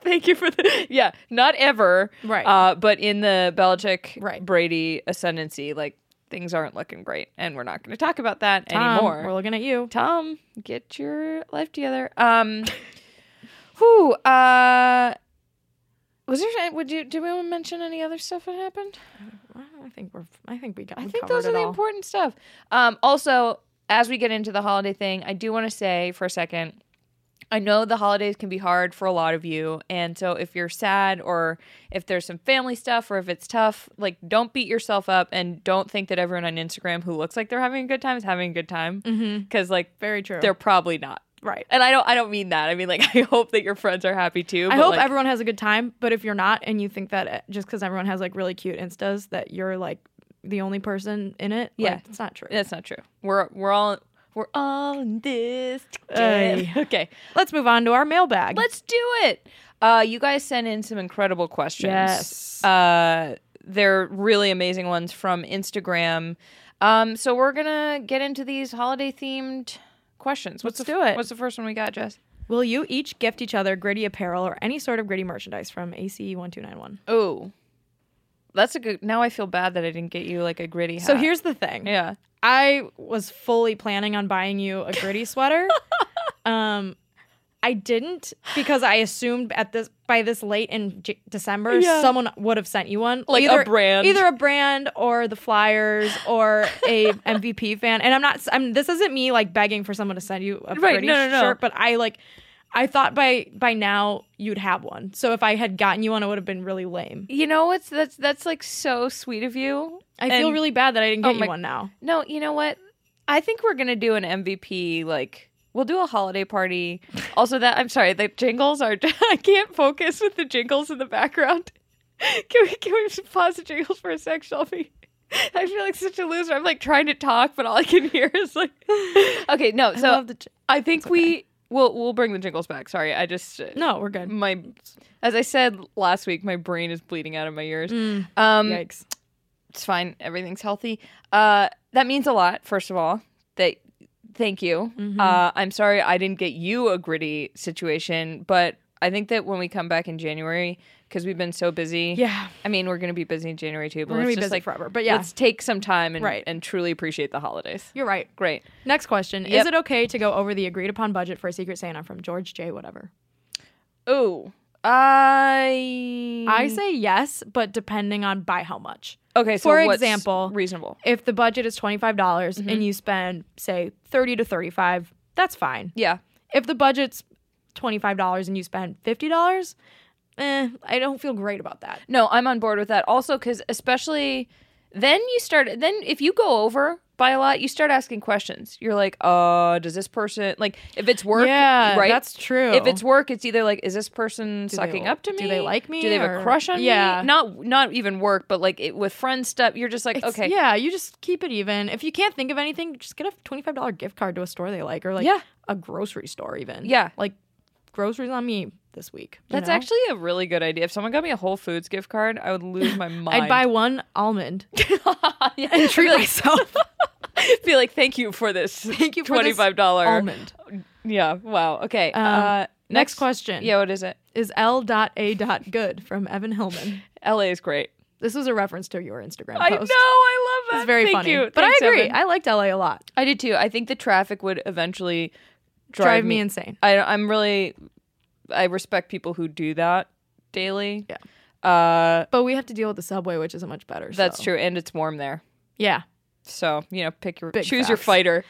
[SPEAKER 1] Thank you for the yeah, not ever,
[SPEAKER 2] Right.
[SPEAKER 1] Uh, but in the Belichick
[SPEAKER 2] Right.
[SPEAKER 1] Brady ascendancy, like things aren't looking great, and we're not going to talk about that
[SPEAKER 2] Tom,
[SPEAKER 1] anymore.
[SPEAKER 2] Um, We're looking at you.
[SPEAKER 1] Tom, get your life together. Um, who? Uh, was there? any- Would you? Did we mention any other stuff that happened?
[SPEAKER 2] I think we're. I think we got.
[SPEAKER 1] I
[SPEAKER 2] we
[SPEAKER 1] think
[SPEAKER 2] covered
[SPEAKER 1] those
[SPEAKER 2] it
[SPEAKER 1] are the
[SPEAKER 2] all.
[SPEAKER 1] important stuff. Um, also, as we get into the holiday thing, I do want to say for a second, I know the holidays can be hard for a lot of you, and so if you're sad or if there's some family stuff or if it's tough, like don't beat yourself up and don't think that everyone on Instagram who looks like they're having a good time is having a good time because like
[SPEAKER 2] Very Mm-hmm. true.
[SPEAKER 1] they're probably not.
[SPEAKER 2] right.
[SPEAKER 1] And I don't I don't mean that. I mean like I hope that your friends are happy too.
[SPEAKER 2] I
[SPEAKER 1] but,
[SPEAKER 2] hope
[SPEAKER 1] like,
[SPEAKER 2] everyone has a good time, but if you're not, and you think that uh, just because everyone has like really cute instas, that you're like the only person in it,
[SPEAKER 1] Yeah.
[SPEAKER 2] like, it's not true.
[SPEAKER 1] that's not true. We're we're all we're all in this together.
[SPEAKER 2] Ay.
[SPEAKER 1] Okay.
[SPEAKER 2] Let's move on to our mailbag.
[SPEAKER 1] Let's do it. Uh, you guys sent in some incredible questions.
[SPEAKER 2] Yes.
[SPEAKER 1] Uh, they're really amazing ones from Instagram. Um, so we're gonna get into these holiday themed questions. What's
[SPEAKER 2] Let's
[SPEAKER 1] the,
[SPEAKER 2] do it.
[SPEAKER 1] What's the first one we got, Jess?
[SPEAKER 2] Will you each gift each other gritty apparel or any sort of gritty merchandise from ACE one two nine one?
[SPEAKER 1] Oh, that's a good. Now I feel bad that I didn't get you like a gritty hat.
[SPEAKER 2] So here's the thing.
[SPEAKER 1] Uh, yeah.
[SPEAKER 2] I was fully planning on buying you a gritty sweater. um, I didn't because I assumed at this by this late in J- December
[SPEAKER 1] Yeah.
[SPEAKER 2] someone would have sent you one,
[SPEAKER 1] Like a brand.
[SPEAKER 2] either a brand or the Flyers or a MVP fan. And I'm not. s- I'm. This isn't me like begging for someone to send you a
[SPEAKER 1] Right,
[SPEAKER 2] gritty
[SPEAKER 1] no, no, no.
[SPEAKER 2] shirt, but I like. I thought by by now you'd have one. So if I had gotten you one, it would have been really lame.
[SPEAKER 1] You know what's that's that's like so sweet of you.
[SPEAKER 2] I feel
[SPEAKER 1] And-
[SPEAKER 2] really bad that I didn't
[SPEAKER 1] Oh
[SPEAKER 2] get
[SPEAKER 1] my-
[SPEAKER 2] you one now.
[SPEAKER 1] No, you know what? I think we're gonna do an MVP. Like we'll do a holiday party. Also, that I'm sorry, the jingles are. I can't focus with the jingles in the background. Can we can we just pause the jingles for a sec, Shelby? I feel like such a loser. I'm like trying to talk, but all I can hear is like. Okay, no. So I,
[SPEAKER 2] love the j-
[SPEAKER 1] think we will we'll bring the jingles back. Sorry, I just
[SPEAKER 2] No, we're good.
[SPEAKER 1] my as I said last week, my brain is bleeding out of my ears.
[SPEAKER 2] Mm.
[SPEAKER 1] Um,
[SPEAKER 2] Yikes.
[SPEAKER 1] it's fine. Everything's healthy. Uh, that means a lot, first of all. that thank you.
[SPEAKER 2] Mm-hmm.
[SPEAKER 1] Uh, I'm sorry I didn't get you a gritty situation, but I think that when we come back in January, because we've been so busy,
[SPEAKER 2] Yeah.
[SPEAKER 1] I mean we're gonna be busy in January too. But
[SPEAKER 2] We're gonna
[SPEAKER 1] let's
[SPEAKER 2] be
[SPEAKER 1] just
[SPEAKER 2] busy
[SPEAKER 1] like
[SPEAKER 2] forever, but yeah.
[SPEAKER 1] let's take some time and
[SPEAKER 2] Right.
[SPEAKER 1] and truly appreciate the holidays.
[SPEAKER 2] You're right.
[SPEAKER 1] Great.
[SPEAKER 2] Next question.
[SPEAKER 1] Yep.
[SPEAKER 2] Is it okay to go over the agreed upon budget for a Secret Santa from George J. Whatever?
[SPEAKER 1] Oh, I
[SPEAKER 2] I say yes, but depending on by how much.
[SPEAKER 1] okay. So
[SPEAKER 2] for
[SPEAKER 1] what's
[SPEAKER 2] example-
[SPEAKER 1] reasonable.
[SPEAKER 2] If the budget is $25 dollars and you spend, say, 30 to 35 that's fine.
[SPEAKER 1] Yeah.
[SPEAKER 2] If the budget's $25 and you spend $50, eh, I don't feel great about that.
[SPEAKER 1] No, I'm on board with that. Also, because especially then you start, then if you go over by a lot, you start asking questions. You're like, uh, does this person, like, if it's work,
[SPEAKER 2] yeah,
[SPEAKER 1] right?
[SPEAKER 2] that's true.
[SPEAKER 1] If it's work, it's either like, is this person sucking
[SPEAKER 2] they-
[SPEAKER 1] up to me?
[SPEAKER 2] do they like me
[SPEAKER 1] Do they have
[SPEAKER 2] or-
[SPEAKER 1] a crush on
[SPEAKER 2] Yeah.
[SPEAKER 1] me? Not, not even work, but like it, with friend stuff, you're just like,
[SPEAKER 2] It's-
[SPEAKER 1] okay.
[SPEAKER 2] Yeah, you just keep it even. If you can't think of anything, just get a twenty-five dollar gift card to a store they like, or like
[SPEAKER 1] Yeah.
[SPEAKER 2] a grocery store even.
[SPEAKER 1] Yeah.
[SPEAKER 2] like groceries on me this week. you
[SPEAKER 1] That's
[SPEAKER 2] know?
[SPEAKER 1] actually a really good idea. If someone got me a Whole Foods gift card, I would lose my mind.
[SPEAKER 2] I'd buy one almond
[SPEAKER 1] yeah,
[SPEAKER 2] and treat
[SPEAKER 1] be like,
[SPEAKER 2] myself.
[SPEAKER 1] be like, thank you for this.
[SPEAKER 2] Thank you for
[SPEAKER 1] twenty
[SPEAKER 2] this
[SPEAKER 1] five dollar.
[SPEAKER 2] almond.
[SPEAKER 1] Yeah. Wow. Okay.
[SPEAKER 2] Um,
[SPEAKER 1] uh,
[SPEAKER 2] next, question.
[SPEAKER 1] Yeah. What is it?
[SPEAKER 2] is L. dot A. dot Good from Evan Hillman.
[SPEAKER 1] LA is great.
[SPEAKER 2] This was a reference to your Instagram
[SPEAKER 1] I know.
[SPEAKER 2] post.
[SPEAKER 1] I love that.
[SPEAKER 2] It's very
[SPEAKER 1] Thank
[SPEAKER 2] funny,
[SPEAKER 1] You.
[SPEAKER 2] but
[SPEAKER 1] Thanks,
[SPEAKER 2] I agree.
[SPEAKER 1] Evan.
[SPEAKER 2] I liked LA a lot.
[SPEAKER 1] I did too. I think the traffic would eventually drive,
[SPEAKER 2] Drive, me insane.
[SPEAKER 1] I, I'm really. I respect people who do that daily.
[SPEAKER 2] Yeah.
[SPEAKER 1] Uh,
[SPEAKER 2] But we have to deal with the subway, which isn't much better.
[SPEAKER 1] that's
[SPEAKER 2] so.
[SPEAKER 1] true, and it's warm there.
[SPEAKER 2] Yeah.
[SPEAKER 1] So you know, pick your
[SPEAKER 2] Big
[SPEAKER 1] choose your
[SPEAKER 2] facts.
[SPEAKER 1] fighter.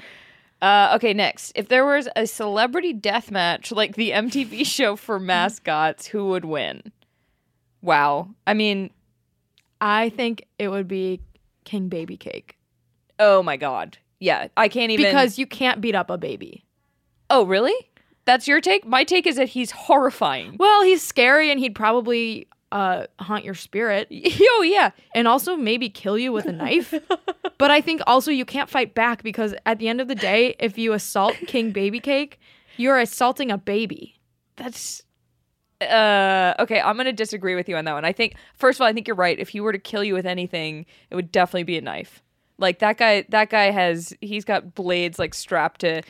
[SPEAKER 1] Uh, okay, next. If there was a celebrity death match like the MTV show for mascots, who would win? Wow. I mean,
[SPEAKER 2] I think it would be King Baby Cake
[SPEAKER 1] oh my god. Yeah, I can't even.
[SPEAKER 2] because you can't beat up a baby.
[SPEAKER 1] oh really? That's your take. My take is that he's horrifying.
[SPEAKER 2] Well, he's scary and he'd probably uh, haunt your spirit
[SPEAKER 1] oh yeah.
[SPEAKER 2] and also maybe kill you with a knife. but I think also you can't fight back because at the end of the day, if you assault King Baby Cake, you're assaulting a baby.
[SPEAKER 1] That's uh okay, I'm gonna disagree with you on that one. I think first of all, I think you're right. If he were to kill you with anything, it would definitely be a knife. Like that guy that guy has he's got blades like strapped to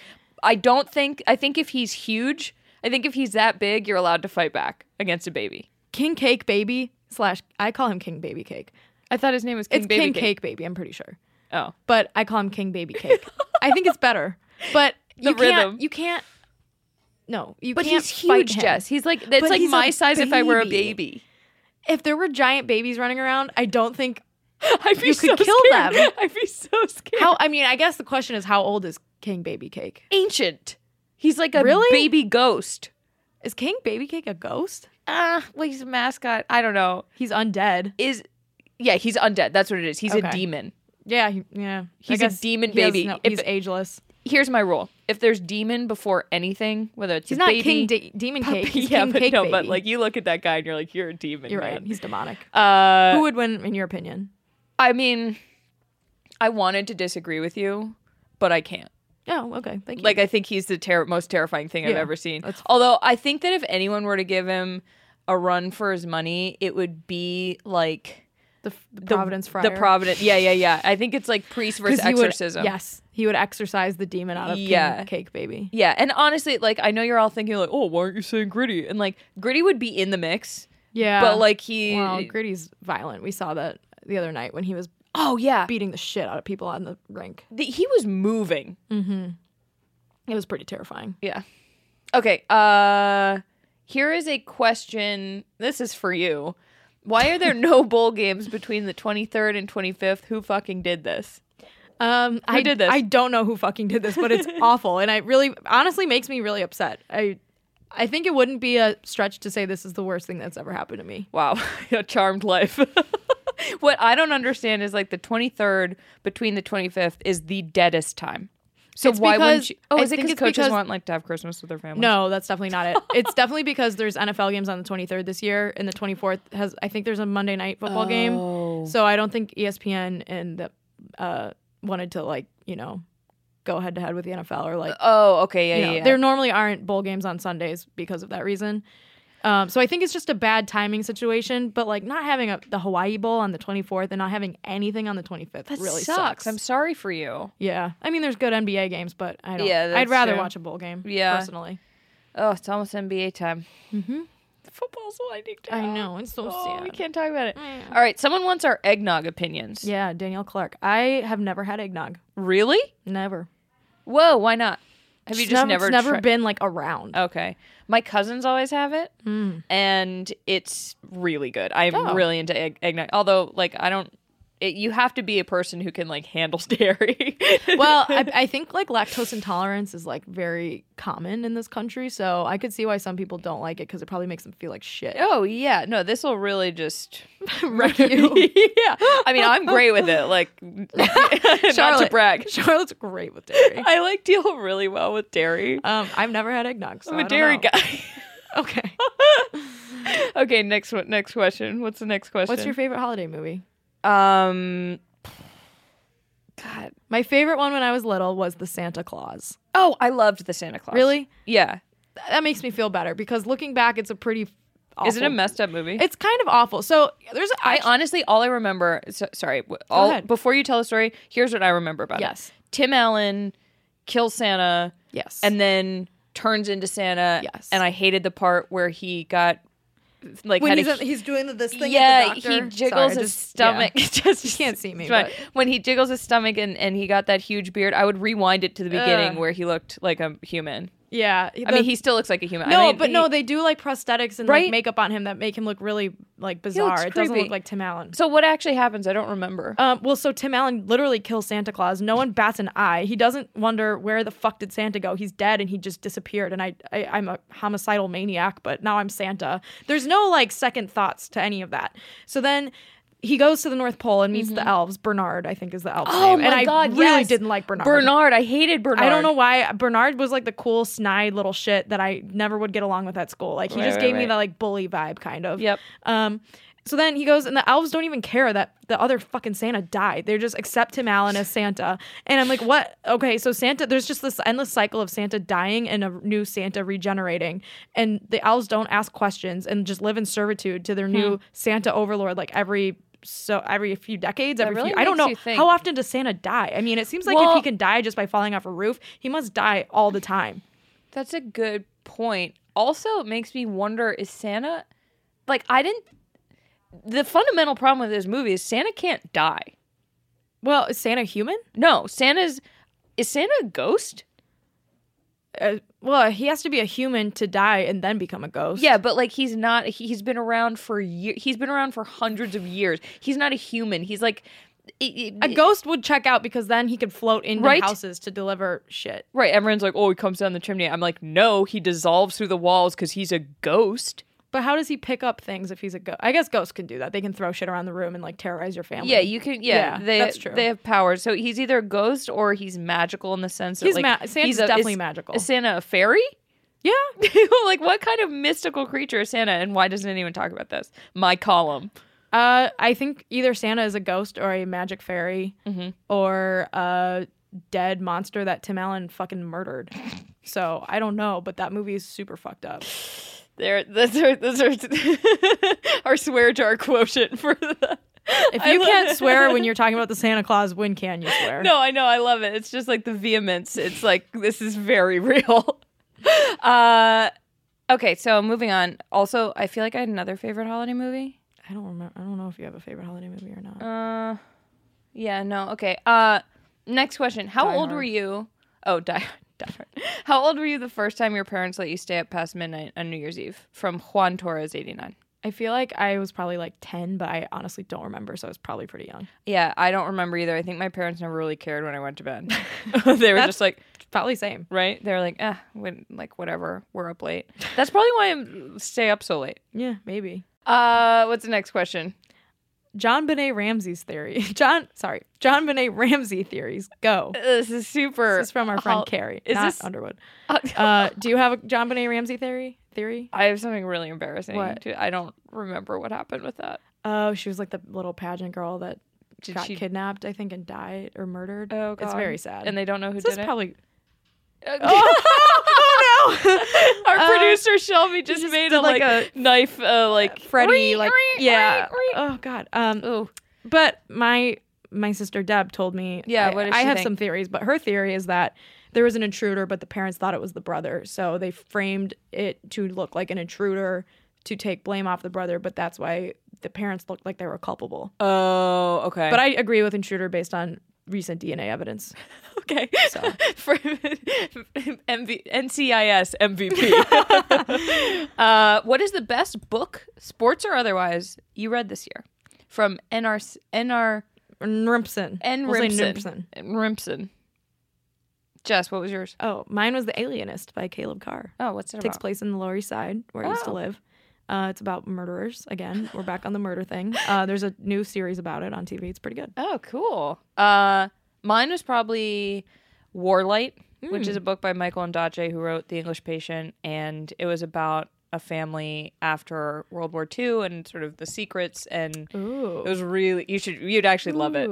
[SPEAKER 1] I don't think I think if he's huge, I think if he's that big, you're allowed to fight back against a baby.
[SPEAKER 2] King Cake Baby slash I call him King Baby Cake.
[SPEAKER 1] I thought his name was King
[SPEAKER 2] it's
[SPEAKER 1] Baby
[SPEAKER 2] King
[SPEAKER 1] Cake.
[SPEAKER 2] Cake Baby, I'm pretty sure.
[SPEAKER 1] Oh.
[SPEAKER 2] but I call him King Baby Cake. I think it's better. But
[SPEAKER 1] The
[SPEAKER 2] you can't,
[SPEAKER 1] rhythm.
[SPEAKER 2] You can't. No, you
[SPEAKER 1] But
[SPEAKER 2] can't.
[SPEAKER 1] he's
[SPEAKER 2] fight
[SPEAKER 1] huge,
[SPEAKER 2] him.
[SPEAKER 1] Jess. He's like it's
[SPEAKER 2] But
[SPEAKER 1] like
[SPEAKER 2] he's a
[SPEAKER 1] my size if I were a
[SPEAKER 2] baby.
[SPEAKER 1] baby.
[SPEAKER 2] If there were giant babies running around, I don't think
[SPEAKER 1] I'd be
[SPEAKER 2] You
[SPEAKER 1] so
[SPEAKER 2] could kill
[SPEAKER 1] scared.
[SPEAKER 2] them.
[SPEAKER 1] I'd be so scared.
[SPEAKER 2] how. I mean, I guess the question is how old is King Baby Cake?
[SPEAKER 1] ancient. He's like a
[SPEAKER 2] Really?
[SPEAKER 1] baby ghost.
[SPEAKER 2] Is King Baby Cake a ghost?
[SPEAKER 1] Ah, well, he's a mascot. I don't know.
[SPEAKER 2] He's undead.
[SPEAKER 1] Is yeah, he's undead. That's what it is. He's a
[SPEAKER 2] Okay.
[SPEAKER 1] demon.
[SPEAKER 2] Yeah, he, yeah.
[SPEAKER 1] He's a
[SPEAKER 2] a
[SPEAKER 1] demon baby. If-
[SPEAKER 2] he's ageless.
[SPEAKER 1] Here's my rule: if there's demon before anything, whether it's a
[SPEAKER 2] He's not
[SPEAKER 1] baby,
[SPEAKER 2] King De- Demon
[SPEAKER 1] puppy-
[SPEAKER 2] Cake. He's
[SPEAKER 1] yeah,
[SPEAKER 2] King
[SPEAKER 1] but
[SPEAKER 2] Cake
[SPEAKER 1] no,
[SPEAKER 2] Baby.
[SPEAKER 1] but like you look at that guy and you're like, you're a demon.
[SPEAKER 2] you're right.
[SPEAKER 1] man.
[SPEAKER 2] He's demonic.
[SPEAKER 1] Uh,
[SPEAKER 2] Who would win in your opinion?
[SPEAKER 1] I mean, I wanted to disagree with you, but I can't.
[SPEAKER 2] Oh, okay. Thank you.
[SPEAKER 1] Like, I think he's the ter- most terrifying thing I've
[SPEAKER 2] Yeah,
[SPEAKER 1] ever seen.
[SPEAKER 2] that's-
[SPEAKER 1] Although I think that if anyone were to give him a run for his money, it would be like.
[SPEAKER 2] the, the Providence Friar.
[SPEAKER 1] The Providence. Yeah, yeah, yeah. I think it's like priest versus
[SPEAKER 2] 'Cause he would-
[SPEAKER 1] exorcism.
[SPEAKER 2] yes, he would exorcise the demon out of
[SPEAKER 1] Yeah.
[SPEAKER 2] King Cake Baby.
[SPEAKER 1] Yeah, and honestly, like I know you're all thinking like, oh, why aren't you saying gritty? And like gritty would be in the mix,
[SPEAKER 2] Yeah,
[SPEAKER 1] but like he,
[SPEAKER 2] Wow, Gritty's violent. We saw that the other night when he was
[SPEAKER 1] oh yeah,
[SPEAKER 2] beating the shit out of people on the rink.
[SPEAKER 1] The- he was moving.
[SPEAKER 2] It was pretty terrifying.
[SPEAKER 1] Yeah. Okay. Uh, here is a question. This is for you. Why are there no bowl games between the 23rd and 25th? Who fucking did this?
[SPEAKER 2] Um, I
[SPEAKER 1] did this?
[SPEAKER 2] I don't know who fucking did this, but it's awful, and it really, honestly, makes me really upset. I, I think it wouldn't be a stretch to say this is the worst thing that's ever happened to me.
[SPEAKER 1] Wow, a charmed life. what I don't understand is like the 23rd between the 25th is the deadest time. So
[SPEAKER 2] It's
[SPEAKER 1] why
[SPEAKER 2] because-
[SPEAKER 1] wouldn't you? Oh,
[SPEAKER 2] I
[SPEAKER 1] is it
[SPEAKER 2] think
[SPEAKER 1] because
[SPEAKER 2] it's
[SPEAKER 1] coaches
[SPEAKER 2] because-
[SPEAKER 1] want like to have Christmas with their families?
[SPEAKER 2] No, that's definitely not it. It's definitely because there's NFL games on the 23rd this year, and the 24th has. I think there's a Monday night football
[SPEAKER 1] Oh.
[SPEAKER 2] game, so I don't think E ESPN and the uh, wanted to like you know go head to head with the NFL or like
[SPEAKER 1] Oh, okay, yeah,
[SPEAKER 2] you know,
[SPEAKER 1] yeah, yeah.
[SPEAKER 2] There normally aren't bowl games on Sundays because of that reason. Um, so I think it's just a bad timing situation, but like not having a, the Hawaii Bowl on the 24th and not having anything on the 25th
[SPEAKER 1] That
[SPEAKER 2] really
[SPEAKER 1] sucks. I'm sorry for you.
[SPEAKER 2] yeah, I mean, there's good NBA games, but I don't.
[SPEAKER 1] Yeah,
[SPEAKER 2] I'd
[SPEAKER 1] that's
[SPEAKER 2] rather
[SPEAKER 1] true.
[SPEAKER 2] watch a bowl game.
[SPEAKER 1] Yeah.
[SPEAKER 2] personally,
[SPEAKER 1] Oh, it's almost NBA time. Mm-hmm.
[SPEAKER 2] football's all I need. I know it's so
[SPEAKER 1] Oh, Mm.
[SPEAKER 2] sad.
[SPEAKER 1] we can't talk about it. All right, someone wants our eggnog opinions.
[SPEAKER 2] Yeah, Danielle Clark. I have never had eggnog.
[SPEAKER 1] Really?
[SPEAKER 2] Never.
[SPEAKER 1] Whoa, why not? Have you
[SPEAKER 2] It's
[SPEAKER 1] just
[SPEAKER 2] nev-
[SPEAKER 1] never
[SPEAKER 2] It's never
[SPEAKER 1] tri- Oh.
[SPEAKER 2] been like around.
[SPEAKER 1] Okay. My cousins always have it, and it's really good. I'm
[SPEAKER 2] Oh.
[SPEAKER 1] really into egg- eggnog. Although, like, I don't. It, you have to be a person who can like handle dairy.
[SPEAKER 2] well, I, I think like lactose intolerance is like very common in this country, so I could see why some people don't like it because it probably makes them feel like shit.
[SPEAKER 1] oh yeah, no, this will really just.
[SPEAKER 2] Wreck you.
[SPEAKER 1] yeah, I mean, I'm great with it. Like, not to
[SPEAKER 2] Charlotte.
[SPEAKER 1] brag,
[SPEAKER 2] Charlotte's great with dairy.
[SPEAKER 1] I like deal really well with dairy.
[SPEAKER 2] Um, I've never had eggnog. So
[SPEAKER 1] I'm
[SPEAKER 2] I
[SPEAKER 1] a
[SPEAKER 2] don't
[SPEAKER 1] dairy
[SPEAKER 2] know.
[SPEAKER 1] guy.
[SPEAKER 2] Okay.
[SPEAKER 1] okay, next one. Next question. What's the next question?
[SPEAKER 2] What's your favorite holiday movie?
[SPEAKER 1] um? God.
[SPEAKER 2] My favorite one when I was little was The Santa Claus.
[SPEAKER 1] Oh, I loved the Santa Claus.
[SPEAKER 2] Really?
[SPEAKER 1] Yeah.
[SPEAKER 2] Th- That makes me feel better because looking back, it's a pretty. Awful,
[SPEAKER 1] Is it a messed up movie?
[SPEAKER 2] It's kind of awful. So there's
[SPEAKER 1] I honestly, all I remember. So, sorry, w- all
[SPEAKER 2] ahead.
[SPEAKER 1] before you tell the story, here's what I remember about
[SPEAKER 2] Yes.
[SPEAKER 1] it. Tim Allen kills Santa,
[SPEAKER 2] yes,
[SPEAKER 1] and then turns into Santa.
[SPEAKER 2] Yes.
[SPEAKER 1] and I hated the part where he got like
[SPEAKER 2] when
[SPEAKER 1] had
[SPEAKER 2] he's,
[SPEAKER 1] a
[SPEAKER 2] a- he's doing this thing.
[SPEAKER 1] yeah,
[SPEAKER 2] at the doctor.
[SPEAKER 1] he jiggles
[SPEAKER 2] Sorry, I
[SPEAKER 1] his
[SPEAKER 2] just-
[SPEAKER 1] stomach.
[SPEAKER 2] yeah.
[SPEAKER 1] just
[SPEAKER 2] You can't see me,
[SPEAKER 1] it's fine.
[SPEAKER 2] but-
[SPEAKER 1] when he jiggles his stomach and, and he got that huge beard, I would rewind it to the beginning
[SPEAKER 2] Ugh.
[SPEAKER 1] where he looked like a human.
[SPEAKER 2] Yeah,
[SPEAKER 1] I mean, he still looks like a human. I
[SPEAKER 2] No,
[SPEAKER 1] mean,
[SPEAKER 2] but
[SPEAKER 1] he-
[SPEAKER 2] no, they do like prosthetics and like
[SPEAKER 1] Right?
[SPEAKER 2] makeup on him that make him look really like bizarre. It doesn't
[SPEAKER 1] creepy.
[SPEAKER 2] look like Tim Allen.
[SPEAKER 1] So what actually happens? I don't remember.
[SPEAKER 2] Um, well, so Tim Allen literally kills Santa Claus. No one bats an eye. He doesn't wonder where the fuck did Santa go. He's dead and he just disappeared. And I, I I'm a homicidal maniac, but now I'm Santa. There's no like second thoughts to any of that. So then. He goes to the North Pole and meets the elves. Bernard, I think, is the elf's name. and I really
[SPEAKER 1] yes.
[SPEAKER 2] didn't like Bernard.
[SPEAKER 1] Bernard, I hated Bernard.
[SPEAKER 2] I don't know why Bernard was like the cool snide little shit that I never would get along with at school. Like he
[SPEAKER 1] Right,
[SPEAKER 2] just
[SPEAKER 1] right,
[SPEAKER 2] gave me
[SPEAKER 1] right.
[SPEAKER 2] that like bully vibe kind of.
[SPEAKER 1] Yep.
[SPEAKER 2] Um so then he goes and the elves don't even care that the other fucking Santa died. They just accept Tim Allen as Santa. And I'm like, "What? Okay, so Santa there's just this endless cycle of Santa dying and a new Santa regenerating. And the elves don't ask questions and just live in servitude to
[SPEAKER 1] Hmm.
[SPEAKER 2] their new Santa overlord like every so every few decades, every
[SPEAKER 1] really
[SPEAKER 2] few, I don't
[SPEAKER 1] makes
[SPEAKER 2] know
[SPEAKER 1] you think.
[SPEAKER 2] how often does Santa die? I mean, it seems like if
[SPEAKER 1] Well-
[SPEAKER 2] he can die just by falling off a roof, he must die all the time.
[SPEAKER 1] That's a good point. Also, it makes me wonder is Santa like I didn't the fundamental problem with this movie is Santa can't die.
[SPEAKER 2] Well, is Santa human?
[SPEAKER 1] No, Santa's is Santa a ghost?
[SPEAKER 2] Uh, well, he has to be a human to die and then become a ghost.
[SPEAKER 1] Yeah, but like he's not he- he's been around for year he's been around for hundreds of years. He's not a human. He's like it- it-
[SPEAKER 2] A ghost would check out because then he could float into
[SPEAKER 1] Right?
[SPEAKER 2] houses to deliver shit.
[SPEAKER 1] right, everyone's like, "Oh, he comes down the chimney." I'm like, "No, he dissolves through the walls cuz he's a ghost."
[SPEAKER 2] But how does he pick up things if he's a ghost? I guess ghosts can do that. They can throw shit around the room and like terrorize your family.
[SPEAKER 1] Yeah, you can. Yeah,
[SPEAKER 2] Yeah,
[SPEAKER 1] they
[SPEAKER 2] that's true.
[SPEAKER 1] they have powers. So he's either a ghost or he's magical in the sense that
[SPEAKER 2] He's
[SPEAKER 1] like
[SPEAKER 2] ma- Santa's
[SPEAKER 1] a-
[SPEAKER 2] definitely
[SPEAKER 1] is-
[SPEAKER 2] magical.
[SPEAKER 1] Is Santa a fairy?
[SPEAKER 2] yeah.
[SPEAKER 1] like what kind of mystical creature is Santa? And why doesn't anyone talk about this? My column.
[SPEAKER 2] Uh, I think either Santa is a ghost or a magic fairy
[SPEAKER 1] Mm-hmm.
[SPEAKER 2] or a dead monster that Tim Allen fucking murdered. So I don't know, but that movie is super fucked up.
[SPEAKER 1] There, those are those are our swear jar quotient for the.
[SPEAKER 2] If
[SPEAKER 1] I
[SPEAKER 2] you
[SPEAKER 1] love
[SPEAKER 2] can't
[SPEAKER 1] it.
[SPEAKER 2] swear when you're talking about the Santa Claus, when can you swear?
[SPEAKER 1] No, I know, I love it. It's just like the vehemence. It's like this is very real. Uh, okay, so moving on. Also, I feel like I had another favorite holiday movie.
[SPEAKER 2] I don't remember. I don't know if you have a favorite holiday movie or not.
[SPEAKER 1] Uh, yeah, no, okay. Uh, next question: How old
[SPEAKER 2] Hard.
[SPEAKER 1] were you? Oh, die, die Hard. How old were you the first time your parents let you stay up past midnight on New Year's Eve? From Juan Torres, eighty nine.
[SPEAKER 2] I feel like I was probably like 10, but I honestly don't remember, so I was probably pretty young.
[SPEAKER 1] Yeah, I don't remember either. I think my parents never really cared when I went to bed. they were just like,
[SPEAKER 2] Probably same.
[SPEAKER 1] right? They were like, ah, when, like whatever, we're up late. That's probably why I'm stay up so late.
[SPEAKER 2] Yeah, maybe.
[SPEAKER 1] Uh, what's the next question?
[SPEAKER 2] John Benet Ramsey's theory. John, sorry, John Benet Ramsey theories. Go.
[SPEAKER 1] This is super.
[SPEAKER 2] This is from our friend
[SPEAKER 1] Er, Hol-
[SPEAKER 2] Carrie,
[SPEAKER 1] Is
[SPEAKER 2] not
[SPEAKER 1] this?
[SPEAKER 2] Underwood. Uh, do you have a John Benet Ramsey theory? Theory?
[SPEAKER 1] I have something really embarrassing.
[SPEAKER 2] What?
[SPEAKER 1] too. I don't remember what happened with that.
[SPEAKER 2] Oh, she was like the little pageant girl that
[SPEAKER 1] Did
[SPEAKER 2] got
[SPEAKER 1] she-
[SPEAKER 2] kidnapped, I think, and died or murdered.
[SPEAKER 1] Oh,
[SPEAKER 2] it's
[SPEAKER 1] God.
[SPEAKER 2] very sad.
[SPEAKER 1] and they don't know who
[SPEAKER 2] this
[SPEAKER 1] did
[SPEAKER 2] is probably
[SPEAKER 1] it.
[SPEAKER 2] oh, no.
[SPEAKER 1] Oh, Our
[SPEAKER 2] Uh,
[SPEAKER 1] producer Shelby just,
[SPEAKER 2] just
[SPEAKER 1] made
[SPEAKER 2] did
[SPEAKER 1] a like,
[SPEAKER 2] like
[SPEAKER 1] a knife, uh, like
[SPEAKER 2] Freddie,
[SPEAKER 1] "Wee,
[SPEAKER 2] like
[SPEAKER 1] wee,
[SPEAKER 2] yeah.
[SPEAKER 1] wee, wee."
[SPEAKER 2] Oh God. Um,
[SPEAKER 1] Ooh,
[SPEAKER 2] but my my sister Deb told me.
[SPEAKER 1] Yeah,
[SPEAKER 2] I,
[SPEAKER 1] what did
[SPEAKER 2] I
[SPEAKER 1] she
[SPEAKER 2] have
[SPEAKER 1] think?
[SPEAKER 2] some theories, but her theory is that there was an intruder, but the parents thought it was the brother, so they framed it to look like an intruder to take blame off the brother, but that's why the parents looked like they were culpable.
[SPEAKER 1] oh, okay.
[SPEAKER 2] But I agree with intruder based on recent DNA evidence.
[SPEAKER 1] okay.
[SPEAKER 2] So.
[SPEAKER 1] For MV, NCIS MVP. uh, what is the best book, sports or otherwise, you read this year from NR NR
[SPEAKER 2] Nrimpson.
[SPEAKER 1] N
[SPEAKER 2] We'll say
[SPEAKER 1] Rimpson?
[SPEAKER 2] Nrimpson.
[SPEAKER 1] Rimpson. Jess, what was yours?
[SPEAKER 2] Oh, mine was The Alienist by Caleb Carr.
[SPEAKER 1] Oh, what's it
[SPEAKER 2] It takes
[SPEAKER 1] about?
[SPEAKER 2] place in the Lower East Side, where I used to
[SPEAKER 1] Oh.
[SPEAKER 2] live. Uh, it's about murderers. Again, we're back on the murder thing. Uh, there's a new series about it on TV. It's pretty good.
[SPEAKER 1] Oh, cool. Uh, mine was probably Warlight, which is
[SPEAKER 2] Hmm.
[SPEAKER 1] a book by Michael Ondaatje, who wrote The English Patient, and it was about a family after World War II and sort of the secrets. And
[SPEAKER 2] Ooh.
[SPEAKER 1] it was really you should you'd actually love it.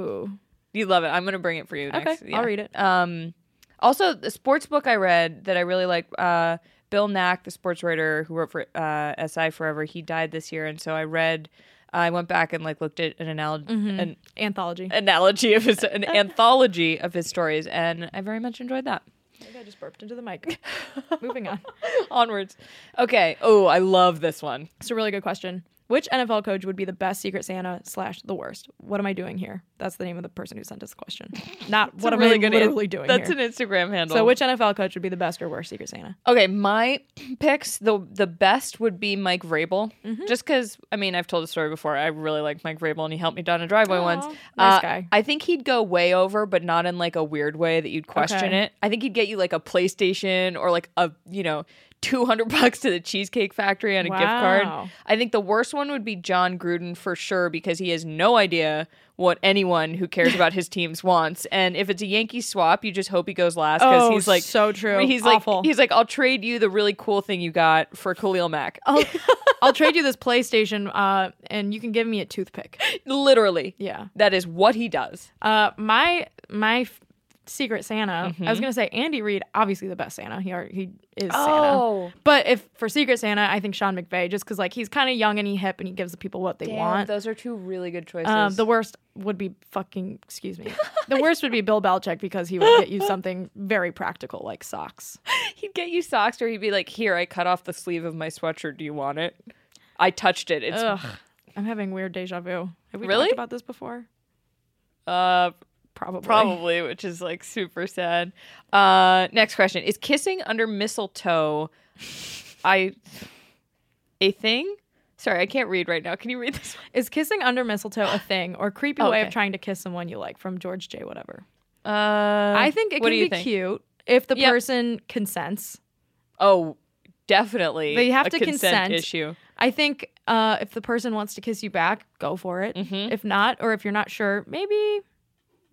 [SPEAKER 1] You'd love it. I'm gonna bring it for you.
[SPEAKER 2] Okay,
[SPEAKER 1] next.
[SPEAKER 2] I'll read it.
[SPEAKER 1] Um, also, the sports book I read that I really like. Uh, Bill Knack, the sports writer who wrote for uh, SI Forever, he died this year, and so I read. I went back and like looked at an analogy,
[SPEAKER 2] Mm-hmm.
[SPEAKER 1] an
[SPEAKER 2] Anthology.
[SPEAKER 1] analogy of his an anthology of his stories and i very much enjoyed that
[SPEAKER 2] Maybe I just burped into the mic. Moving on.
[SPEAKER 1] onwards okay oh i love this one
[SPEAKER 2] It's a really good question. Which NFL coach would be the best Secret Santa slash the worst? What am I doing here? That's the name of the person who sent us the question. Not what am I literally doing
[SPEAKER 1] that's
[SPEAKER 2] here.
[SPEAKER 1] an instagram handle
[SPEAKER 2] so which NFL coach would be the best or worst Secret Santa?
[SPEAKER 1] okay my picks the the best would be mike vrabel
[SPEAKER 2] Mm-hmm.
[SPEAKER 1] just because i mean i've told the story before i really like mike vrabel and he helped me down a driveway
[SPEAKER 2] Aw,
[SPEAKER 1] once
[SPEAKER 2] nice
[SPEAKER 1] Uh,
[SPEAKER 2] guy.
[SPEAKER 1] i think he'd go way over but not in like a weird way that you'd question
[SPEAKER 2] Okay.
[SPEAKER 1] it i think he'd get you like a playstation or like a you know 200 bucks to the cheesecake factory on a gift card
[SPEAKER 2] Wow.
[SPEAKER 1] I think the worst one would be John Gruden for sure because he has no idea what anyone who cares about his teams wants. And if it's a Yankee swap, you just hope he goes last because
[SPEAKER 2] Oh,
[SPEAKER 1] he's like
[SPEAKER 2] so true.
[SPEAKER 1] He's
[SPEAKER 2] Awful.
[SPEAKER 1] like he's like I'll trade you the really cool thing you got for Khalil Mack. Oh,
[SPEAKER 2] I'll trade you this PlayStation, uh, and you can give me a toothpick.
[SPEAKER 1] literally,
[SPEAKER 2] Yeah.
[SPEAKER 1] that is what he does.
[SPEAKER 2] Uh, my my f- Secret Santa. I was gonna say Andy Reid, obviously the best Santa. He are, he is
[SPEAKER 1] Oh.
[SPEAKER 2] Santa. But if for Secret Santa, I think Sean McVay, just because like he's kind of young and he hip and he gives the people what they want.
[SPEAKER 1] those are two really good choices.
[SPEAKER 2] Um, the worst would be fucking excuse me. The worst would be Bill Belichick because he would get you something very practical like socks.
[SPEAKER 1] he'd get you socks, or he'd be like, "Here, I cut off the sleeve of my sweatshirt. Do you want it? I touched it. It's
[SPEAKER 2] Ugh, I'm having weird deja vu. Have we
[SPEAKER 1] Really?
[SPEAKER 2] talked about this before?
[SPEAKER 1] uh,
[SPEAKER 2] Probably.
[SPEAKER 1] Probably, which is like super sad. Uh, next question is kissing under mistletoe. I a thing. Sorry, I can't read right now. Can you read this?
[SPEAKER 2] Is kissing under mistletoe a thing or creepy
[SPEAKER 1] Oh,
[SPEAKER 2] way
[SPEAKER 1] okay.
[SPEAKER 2] of trying to kiss someone you like from George J. Whatever?
[SPEAKER 1] One? Uh,
[SPEAKER 2] I think it
[SPEAKER 1] what
[SPEAKER 2] can
[SPEAKER 1] do you
[SPEAKER 2] be
[SPEAKER 1] think?
[SPEAKER 2] cute if the
[SPEAKER 1] Yep.
[SPEAKER 2] person consents.
[SPEAKER 1] Oh, definitely.
[SPEAKER 2] They have
[SPEAKER 1] a
[SPEAKER 2] to
[SPEAKER 1] consent,
[SPEAKER 2] consent.
[SPEAKER 1] issue.
[SPEAKER 2] I think uh, if the person wants to kiss you back, go for it.
[SPEAKER 1] Mm-hmm.
[SPEAKER 2] If not, or if you're not sure, maybe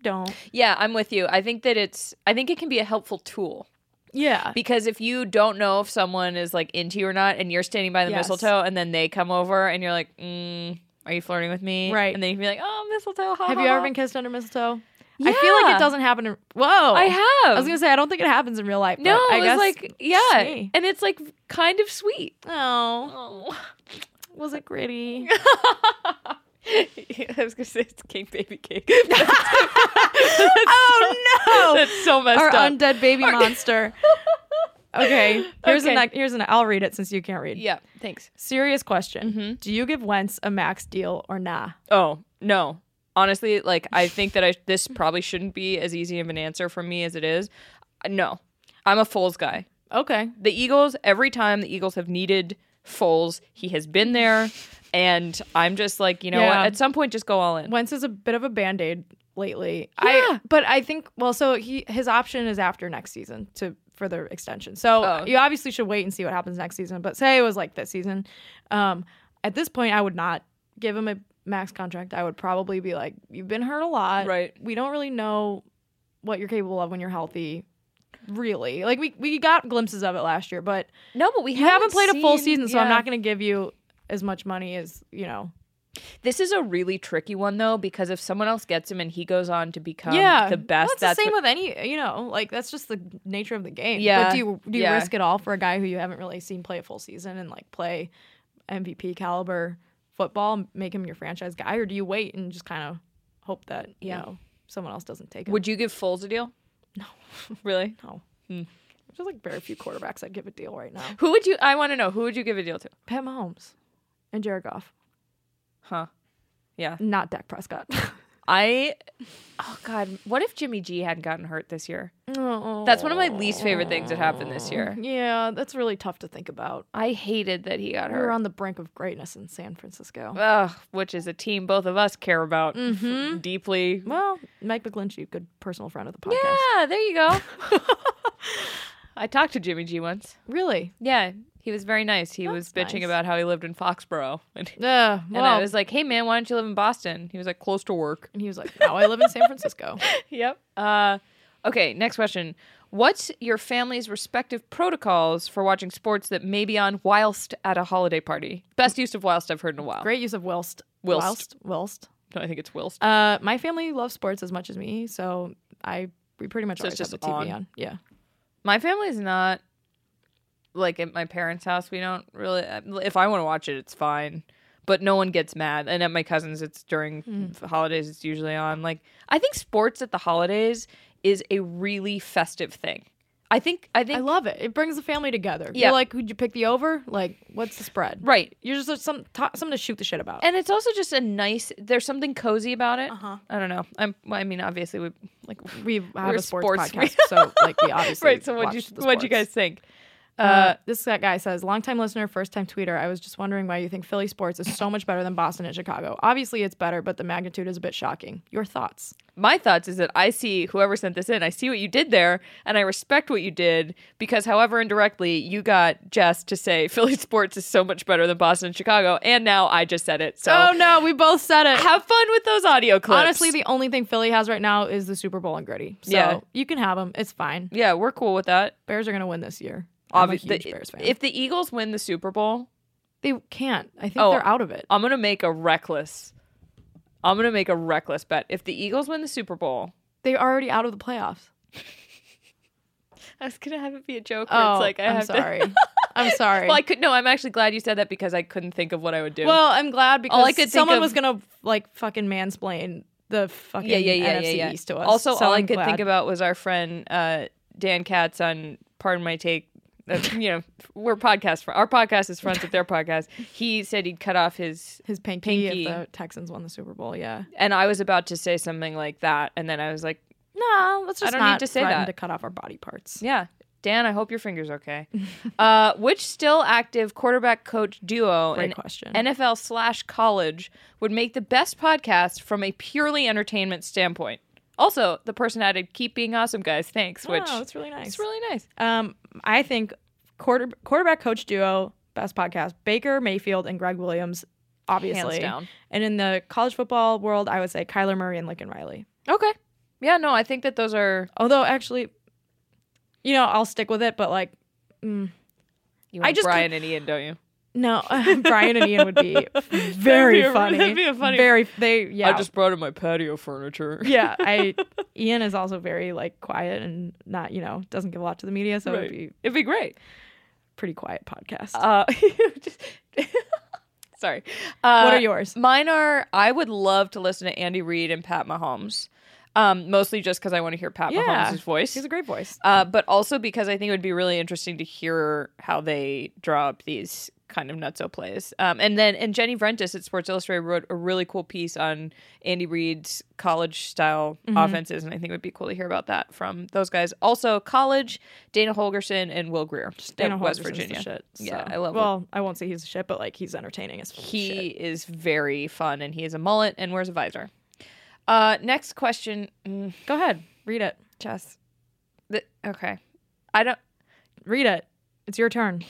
[SPEAKER 2] don't.
[SPEAKER 1] Yeah, I'm with you. I think that it's. I think it can be a helpful tool
[SPEAKER 2] Yeah.
[SPEAKER 1] because if you don't know if someone is like into you or not, and you're standing by the
[SPEAKER 2] Yes.
[SPEAKER 1] mistletoe, and then they come over, and you're like, mm, "Are you flirting with me?"
[SPEAKER 2] Right.
[SPEAKER 1] And then you can be like, "Oh, mistletoe." Ha,
[SPEAKER 2] Have
[SPEAKER 1] ha,
[SPEAKER 2] you
[SPEAKER 1] ha."
[SPEAKER 2] ever been kissed under mistletoe? I feel like
[SPEAKER 1] Yeah.
[SPEAKER 2] it doesn't happen. In, whoa.
[SPEAKER 1] I have.
[SPEAKER 2] I was gonna say I don't think it happens in real life.
[SPEAKER 1] No,
[SPEAKER 2] but I
[SPEAKER 1] it's
[SPEAKER 2] guess
[SPEAKER 1] like yeah,
[SPEAKER 2] me.
[SPEAKER 1] and it's like kind of sweet.
[SPEAKER 2] oh,
[SPEAKER 1] Oh,
[SPEAKER 2] was it gritty?
[SPEAKER 1] I was gonna say it's cake baby cake. oh no, that's so messed
[SPEAKER 2] Our
[SPEAKER 1] up.
[SPEAKER 2] undead baby monster. Okay. Here's
[SPEAKER 1] Okay.
[SPEAKER 2] a next. Here's an. I'll read it since you can't read.
[SPEAKER 1] yeah, Mm-hmm. thanks.
[SPEAKER 2] Serious question. Do you give Wentz a max deal or nah?
[SPEAKER 1] Oh no, honestly, like I think that I this probably shouldn't be as easy of an answer for me as it is. Uh, No, I'm a Foles guy.
[SPEAKER 2] Okay.
[SPEAKER 1] The Eagles, every time the Eagles have needed Foles, he has been there, and I'm just like, you know
[SPEAKER 2] Yeah.
[SPEAKER 1] what? At some point, just go all in.
[SPEAKER 2] Wentz is a bit of a band aid lately.
[SPEAKER 1] Yeah.
[SPEAKER 2] I but I think well, so he his option is after next season to for the extension. So
[SPEAKER 1] Oh.
[SPEAKER 2] you obviously should wait and see what happens next season. But say it was like this season, um, at this point I would not give him a max contract. I would probably be like, you've been hurt a lot.
[SPEAKER 1] Right.
[SPEAKER 2] We don't really know what you're capable of when you're healthy. Really, like we we got glimpses of it last year, but
[SPEAKER 1] No, but we
[SPEAKER 2] you haven't played a full
[SPEAKER 1] seen-
[SPEAKER 2] season, so I'm
[SPEAKER 1] yeah.
[SPEAKER 2] not going to give you as much money as you know
[SPEAKER 1] This is a really tricky one though, because if someone else gets him and he goes on to become
[SPEAKER 2] yeah,
[SPEAKER 1] um, the best,
[SPEAKER 2] That's,
[SPEAKER 1] that's
[SPEAKER 2] the same
[SPEAKER 1] what-
[SPEAKER 2] with any, you know, like that's just the nature of the game.
[SPEAKER 1] Yeah,
[SPEAKER 2] But do you do you
[SPEAKER 1] yeah.
[SPEAKER 2] risk it all for a guy who you haven't really seen play a full season and like play MVP caliber football, and make him your franchise guy, or do you wait and just kind of hope that you
[SPEAKER 1] Yeah.
[SPEAKER 2] know someone else doesn't take him?
[SPEAKER 1] would you give Foles a deal?
[SPEAKER 2] No.
[SPEAKER 1] really? Hmm.
[SPEAKER 2] no. There's like very few quarterbacks I'd give a deal right now.
[SPEAKER 1] Who would you? I want to know who would you give a deal to?
[SPEAKER 2] Pat Mahomes and Jared Goff,
[SPEAKER 1] Huh? Yeah.
[SPEAKER 2] not Dak Prescott.
[SPEAKER 1] I. Oh God, what if Jimmy G hadn't gotten hurt this year?
[SPEAKER 2] oh.
[SPEAKER 1] That's one of my least favorite things that happened this year.
[SPEAKER 2] Yeah, that's really tough to think about.
[SPEAKER 1] Mm-hmm. I hated that he got
[SPEAKER 2] We were
[SPEAKER 1] hurt.
[SPEAKER 2] on the brink of greatness in San Francisco.
[SPEAKER 1] Ugh, which is a team both of us care about Mm-hmm. deeply.
[SPEAKER 2] Well, Mike McGlinchey, good personal friend of the podcast.
[SPEAKER 1] Yeah, there you go. I talked to Jimmy G once.
[SPEAKER 2] Really?
[SPEAKER 1] Yeah, he was very nice. He was
[SPEAKER 2] That's
[SPEAKER 1] bitching
[SPEAKER 2] nice.
[SPEAKER 1] about how he lived in Foxborough, and,
[SPEAKER 2] Yeah.
[SPEAKER 1] and I was like, "Hey man, why don't you live in Boston?" He was like, "Close to work."
[SPEAKER 2] and he was like, "No, I live in San Francisco."
[SPEAKER 1] yep. Uh, okay, next question. What's your family's respective protocols for watching sports that may be on whilst at a holiday party? Best use of whilst I've heard in a while.
[SPEAKER 2] Great use of whilst.
[SPEAKER 1] Whilst.
[SPEAKER 2] Whilst. whilst.
[SPEAKER 1] No, I think it's whilst.
[SPEAKER 2] Uh, my family loves sports as much as me, so I we pretty much
[SPEAKER 1] So it's
[SPEAKER 2] always have
[SPEAKER 1] just
[SPEAKER 2] the TV on.
[SPEAKER 1] on.
[SPEAKER 2] Yeah.
[SPEAKER 1] My family's not like at my parents' house. We don't really. uh, If I want to watch it, it's fine. But no one gets mad. And at my cousins, it's during the holidays. It's usually on. Like I think sports at the holidays is a really festive thing. I think. I think.
[SPEAKER 2] I love it. It brings the family together.
[SPEAKER 1] Yeah.
[SPEAKER 2] You're like, who'd you pick the over? Like, what's the spread?
[SPEAKER 1] right.
[SPEAKER 2] You're just uh, some ta- something to shoot the shit about.
[SPEAKER 1] And it's also just a nice. There's something cozy about it.
[SPEAKER 2] Uh-huh.
[SPEAKER 1] I don't know. I'm. well, I mean, obviously we like.
[SPEAKER 2] we have
[SPEAKER 1] We're
[SPEAKER 2] a sports,
[SPEAKER 1] sports-
[SPEAKER 2] podcast, so like we obviously
[SPEAKER 1] right. So what you
[SPEAKER 2] watch the
[SPEAKER 1] what you
[SPEAKER 2] sports.
[SPEAKER 1] guys think?
[SPEAKER 2] Uh, this guy says, longtime listener, first time tweeter. I was just wondering why you think Philly sports is so much better than Boston and Chicago. Obviously, it's better, but the magnitude is a bit shocking. Your thoughts?
[SPEAKER 1] my thoughts is that I see whoever sent this in, I see what you did there, and I respect what you did because, however indirectly, you got Jess to say Philly sports is so much better than Boston and Chicago, and now I just said it. So
[SPEAKER 2] Oh, no, we both said it.
[SPEAKER 1] have fun with those audio clips.
[SPEAKER 2] Honestly, the only thing Philly has right now is the Super Bowl and gritty. So
[SPEAKER 1] Yeah.
[SPEAKER 2] you can have them. It's fine.
[SPEAKER 1] yeah, we're cool with that.
[SPEAKER 2] Bears are going to win this year. I'm a
[SPEAKER 1] Obvi-
[SPEAKER 2] huge
[SPEAKER 1] the-
[SPEAKER 2] Bears fan.
[SPEAKER 1] if the Eagles win the Super Bowl,
[SPEAKER 2] they can't, I think
[SPEAKER 1] Oh.
[SPEAKER 2] they're out of it.
[SPEAKER 1] I'm gonna make a reckless. I'm gonna make a reckless bet. If the Eagles win the Super Bowl,
[SPEAKER 2] They're already out of the playoffs.
[SPEAKER 1] I was gonna have it be a joke. Where
[SPEAKER 2] Oh,
[SPEAKER 1] it's like I
[SPEAKER 2] I'm
[SPEAKER 1] have
[SPEAKER 2] sorry.
[SPEAKER 1] To-
[SPEAKER 2] I'm sorry.
[SPEAKER 1] well, I could. No, I'm actually glad you said that because I couldn't think of what I would do.
[SPEAKER 2] Well, I'm glad because
[SPEAKER 1] I could think
[SPEAKER 2] someone
[SPEAKER 1] of-
[SPEAKER 2] was gonna like fucking mansplain the fucking
[SPEAKER 1] yeah, yeah, yeah,
[SPEAKER 2] NFC
[SPEAKER 1] yeah, yeah.
[SPEAKER 2] East to us.
[SPEAKER 1] Also,
[SPEAKER 2] So
[SPEAKER 1] all i
[SPEAKER 2] I'm
[SPEAKER 1] could
[SPEAKER 2] glad.
[SPEAKER 1] think about was our friend uh, Dan Katz on Pardon My Take. Uh, you know, we're podcast. fr- Our podcast is friends with their podcast. He said he'd cut off his,
[SPEAKER 2] his pinky,
[SPEAKER 1] Pinky.
[SPEAKER 2] if the Texans won the Super Bowl. Yeah,
[SPEAKER 1] and I was about to say something like that, and then I was like,
[SPEAKER 2] no, let's
[SPEAKER 1] I
[SPEAKER 2] just
[SPEAKER 1] don't need
[SPEAKER 2] not
[SPEAKER 1] to say
[SPEAKER 2] threaten
[SPEAKER 1] that.
[SPEAKER 2] to cut off our body parts.
[SPEAKER 1] yeah. Dan, I hope your finger's okay. Uh, which still active quarterback coach duo
[SPEAKER 2] Great
[SPEAKER 1] in
[SPEAKER 2] question.
[SPEAKER 1] NFL slash college would make the best podcast from a purely entertainment standpoint? Also, the person added, "Keep being awesome, guys. Thanks." Which
[SPEAKER 2] oh, it's really nice.
[SPEAKER 1] it's really nice.
[SPEAKER 2] um, I think quarter quarterback coach duo best podcast Baker Mayfield and Greg Williams, obviously.
[SPEAKER 1] down.
[SPEAKER 2] And in the college football world, I would say Kyler Murray and Lincoln Riley.
[SPEAKER 1] Okay. Yeah, no, I think that those are.
[SPEAKER 2] Although actually, you know, I'll stick with it, but like. Mm,
[SPEAKER 1] You
[SPEAKER 2] I
[SPEAKER 1] want
[SPEAKER 2] just
[SPEAKER 1] Brian and Ian, don't you?
[SPEAKER 2] No, Brian and Ian would be
[SPEAKER 1] That'd be
[SPEAKER 2] very
[SPEAKER 1] a-
[SPEAKER 2] funny.
[SPEAKER 1] that'd be a funny-
[SPEAKER 2] Very they yeah.
[SPEAKER 1] brought in my patio furniture.
[SPEAKER 2] yeah, I Ian is also very like quiet and not, you know, doesn't give a lot to the media, so it'd be
[SPEAKER 1] It'd be great.
[SPEAKER 2] pretty quiet podcast.
[SPEAKER 1] Uh, just- sorry. Uh,
[SPEAKER 2] what are yours?
[SPEAKER 1] Mine are. I would love to listen to Andy Reid and Pat Mahomes, um, mostly just because I want to hear Pat
[SPEAKER 2] Yeah.
[SPEAKER 1] Mahomes' voice.
[SPEAKER 2] She has a great voice.
[SPEAKER 1] uh, but also because I think it would be really interesting to hear how they draw up these kind of nutso plays. Um, and then and Jenny Vrentis at Sports Illustrated wrote a really cool piece on Andy Reid's college style
[SPEAKER 2] Mm-hmm.
[SPEAKER 1] offenses, and I think it would be cool to hear about that from those guys. Also, college Dana Holgerson and Will Greer
[SPEAKER 2] Dana
[SPEAKER 1] at West
[SPEAKER 2] Holgerson's the
[SPEAKER 1] Virginia.
[SPEAKER 2] Shit,
[SPEAKER 1] Yeah,
[SPEAKER 2] so.
[SPEAKER 1] I love
[SPEAKER 2] Well, I won't say he's a shit, but like he's entertaining as
[SPEAKER 1] He
[SPEAKER 2] shit.
[SPEAKER 1] is very fun, and he has a mullet and wears a visor. Uh, next question, mm,
[SPEAKER 2] Go ahead. Read it.
[SPEAKER 1] Jess. The- okay, I don't.
[SPEAKER 2] Read it. It's your turn.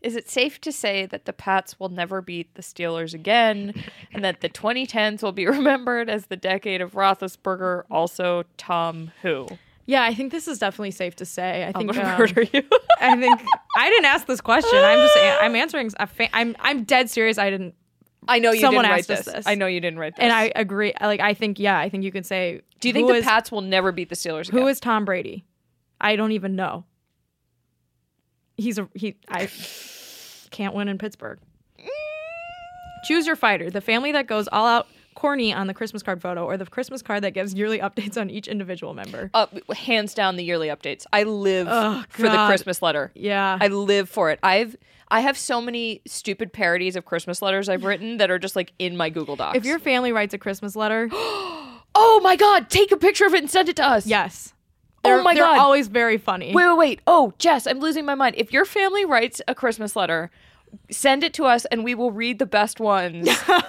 [SPEAKER 1] Is it safe to say that the Pats will never beat the Steelers again and that the 2010s will be remembered as the decade of Roethlisberger, also Tom Who?
[SPEAKER 2] Yeah, I think this is definitely safe to say. I
[SPEAKER 1] I'm
[SPEAKER 2] think
[SPEAKER 1] going to
[SPEAKER 2] um,
[SPEAKER 1] murder you.
[SPEAKER 2] I think I didn't ask this question. I'm just I'm answering. a fa- I'm I'm dead serious. I didn't
[SPEAKER 1] I know you
[SPEAKER 2] Someone
[SPEAKER 1] didn't write
[SPEAKER 2] asked us this.
[SPEAKER 1] I know you didn't write this.
[SPEAKER 2] And I agree. Like I think yeah, I think you can say.
[SPEAKER 1] do you think
[SPEAKER 2] who
[SPEAKER 1] the
[SPEAKER 2] is-
[SPEAKER 1] Pats will never beat the Steelers?
[SPEAKER 2] Who
[SPEAKER 1] again?
[SPEAKER 2] is Tom Brady? I don't even know. He's a he. I can't win in Pittsburgh. Choose your fighter: the family that goes all out corny on the Christmas card photo, or the Christmas card that gives yearly updates on each individual member.
[SPEAKER 1] Uh, hands down, the yearly updates. I live
[SPEAKER 2] Oh,
[SPEAKER 1] for the
[SPEAKER 2] God.
[SPEAKER 1] Christmas letter.
[SPEAKER 2] Yeah,
[SPEAKER 1] I live for it. I've I have so many stupid parodies of Christmas letters I've written that are just like in my Google Docs.
[SPEAKER 2] if your family writes a Christmas letter,
[SPEAKER 1] oh my god, take a picture of it and send it to us.
[SPEAKER 2] yes.
[SPEAKER 1] Oh
[SPEAKER 2] They're-
[SPEAKER 1] my
[SPEAKER 2] they're
[SPEAKER 1] God.
[SPEAKER 2] always very funny.
[SPEAKER 1] Wait, wait, wait. Oh, Jess, I'm losing my mind. If your family writes a Christmas letter, send it to us and we will read the best ones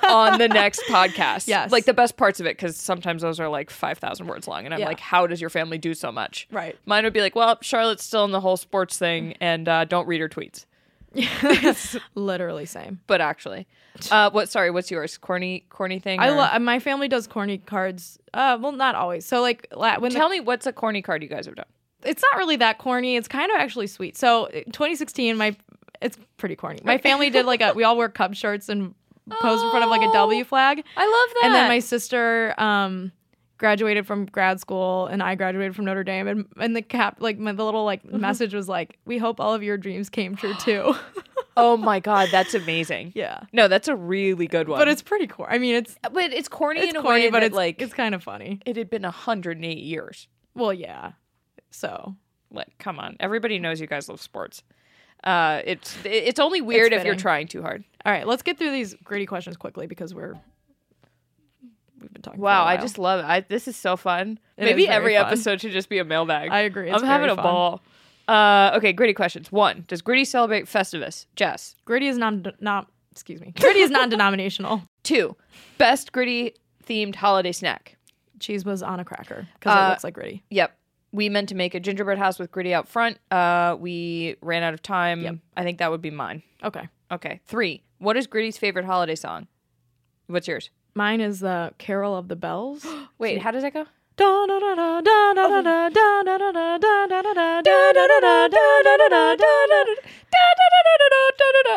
[SPEAKER 1] on the next podcast.
[SPEAKER 2] Yes.
[SPEAKER 1] Like the best parts of it, because sometimes those are like 5,000 words long. And I'm
[SPEAKER 2] Yeah.
[SPEAKER 1] like, how does your family do so much?
[SPEAKER 2] Right.
[SPEAKER 1] Mine would be like, well, Charlotte's still in the whole sports thing and uh, don't read her tweets.
[SPEAKER 2] Literally same.
[SPEAKER 1] But actually, uh, what? Sorry, what's yours? Corny, corny thing.
[SPEAKER 2] I
[SPEAKER 1] or-
[SPEAKER 2] love my family does corny cards. Uh, well, not always. So like la- when the
[SPEAKER 1] Tell me what's a corny card you guys have done.
[SPEAKER 2] it's not really that corny. It's kind of actually sweet. So 2016, my it's pretty corny. My family did like a we all wore Cub shirts and posed in front of like a
[SPEAKER 1] Oh.
[SPEAKER 2] W flag.
[SPEAKER 1] I love that.
[SPEAKER 2] And then my sister um graduated from grad school and I graduated from Notre Dame and and the cap like my the little like message was like we hope all of your dreams came true too.
[SPEAKER 1] oh my god, that's amazing.
[SPEAKER 2] yeah.
[SPEAKER 1] No, that's a really good one.
[SPEAKER 2] But it's pretty corny. I mean, it's
[SPEAKER 1] but it's corny
[SPEAKER 2] it's
[SPEAKER 1] in a
[SPEAKER 2] corny,
[SPEAKER 1] way
[SPEAKER 2] but
[SPEAKER 1] that
[SPEAKER 2] it's
[SPEAKER 1] like
[SPEAKER 2] like it's kind of funny.
[SPEAKER 1] it had been 108 years.
[SPEAKER 2] Well, yeah. So
[SPEAKER 1] Like, come on, everybody knows you guys love sports. Uh, it's it's only weird if you're
[SPEAKER 2] fitting.
[SPEAKER 1] trying too hard.
[SPEAKER 2] all right, let's get through these gritty questions quickly because we're we've been talking. for a
[SPEAKER 1] Wow, I
[SPEAKER 2] while.
[SPEAKER 1] just love it. I, this is so fun.
[SPEAKER 2] It
[SPEAKER 1] Maybe
[SPEAKER 2] is very
[SPEAKER 1] every
[SPEAKER 2] fun.
[SPEAKER 1] episode should just be a mailbag.
[SPEAKER 2] I agree,
[SPEAKER 1] I'm
[SPEAKER 2] it's
[SPEAKER 1] having
[SPEAKER 2] very
[SPEAKER 1] a
[SPEAKER 2] fun.
[SPEAKER 1] ball. Uh, okay, gritty questions. One, does gritty celebrate Festivus? Jess.
[SPEAKER 2] Gritty is non not excuse me. Gritty is non-denominational.
[SPEAKER 1] Two, best gritty themed holiday snack.
[SPEAKER 2] Cheese was on a cracker because
[SPEAKER 1] Uh,
[SPEAKER 2] it looks like gritty.
[SPEAKER 1] Yep. We meant to make a gingerbread house with gritty out front. Uh, we ran out of time.
[SPEAKER 2] Yep.
[SPEAKER 1] I think that would be mine.
[SPEAKER 2] Okay.
[SPEAKER 1] Okay. Three. What is Gritty's favorite holiday song? What's yours?
[SPEAKER 2] Mine is the Carol of the Bells.
[SPEAKER 1] Wait, how does that go?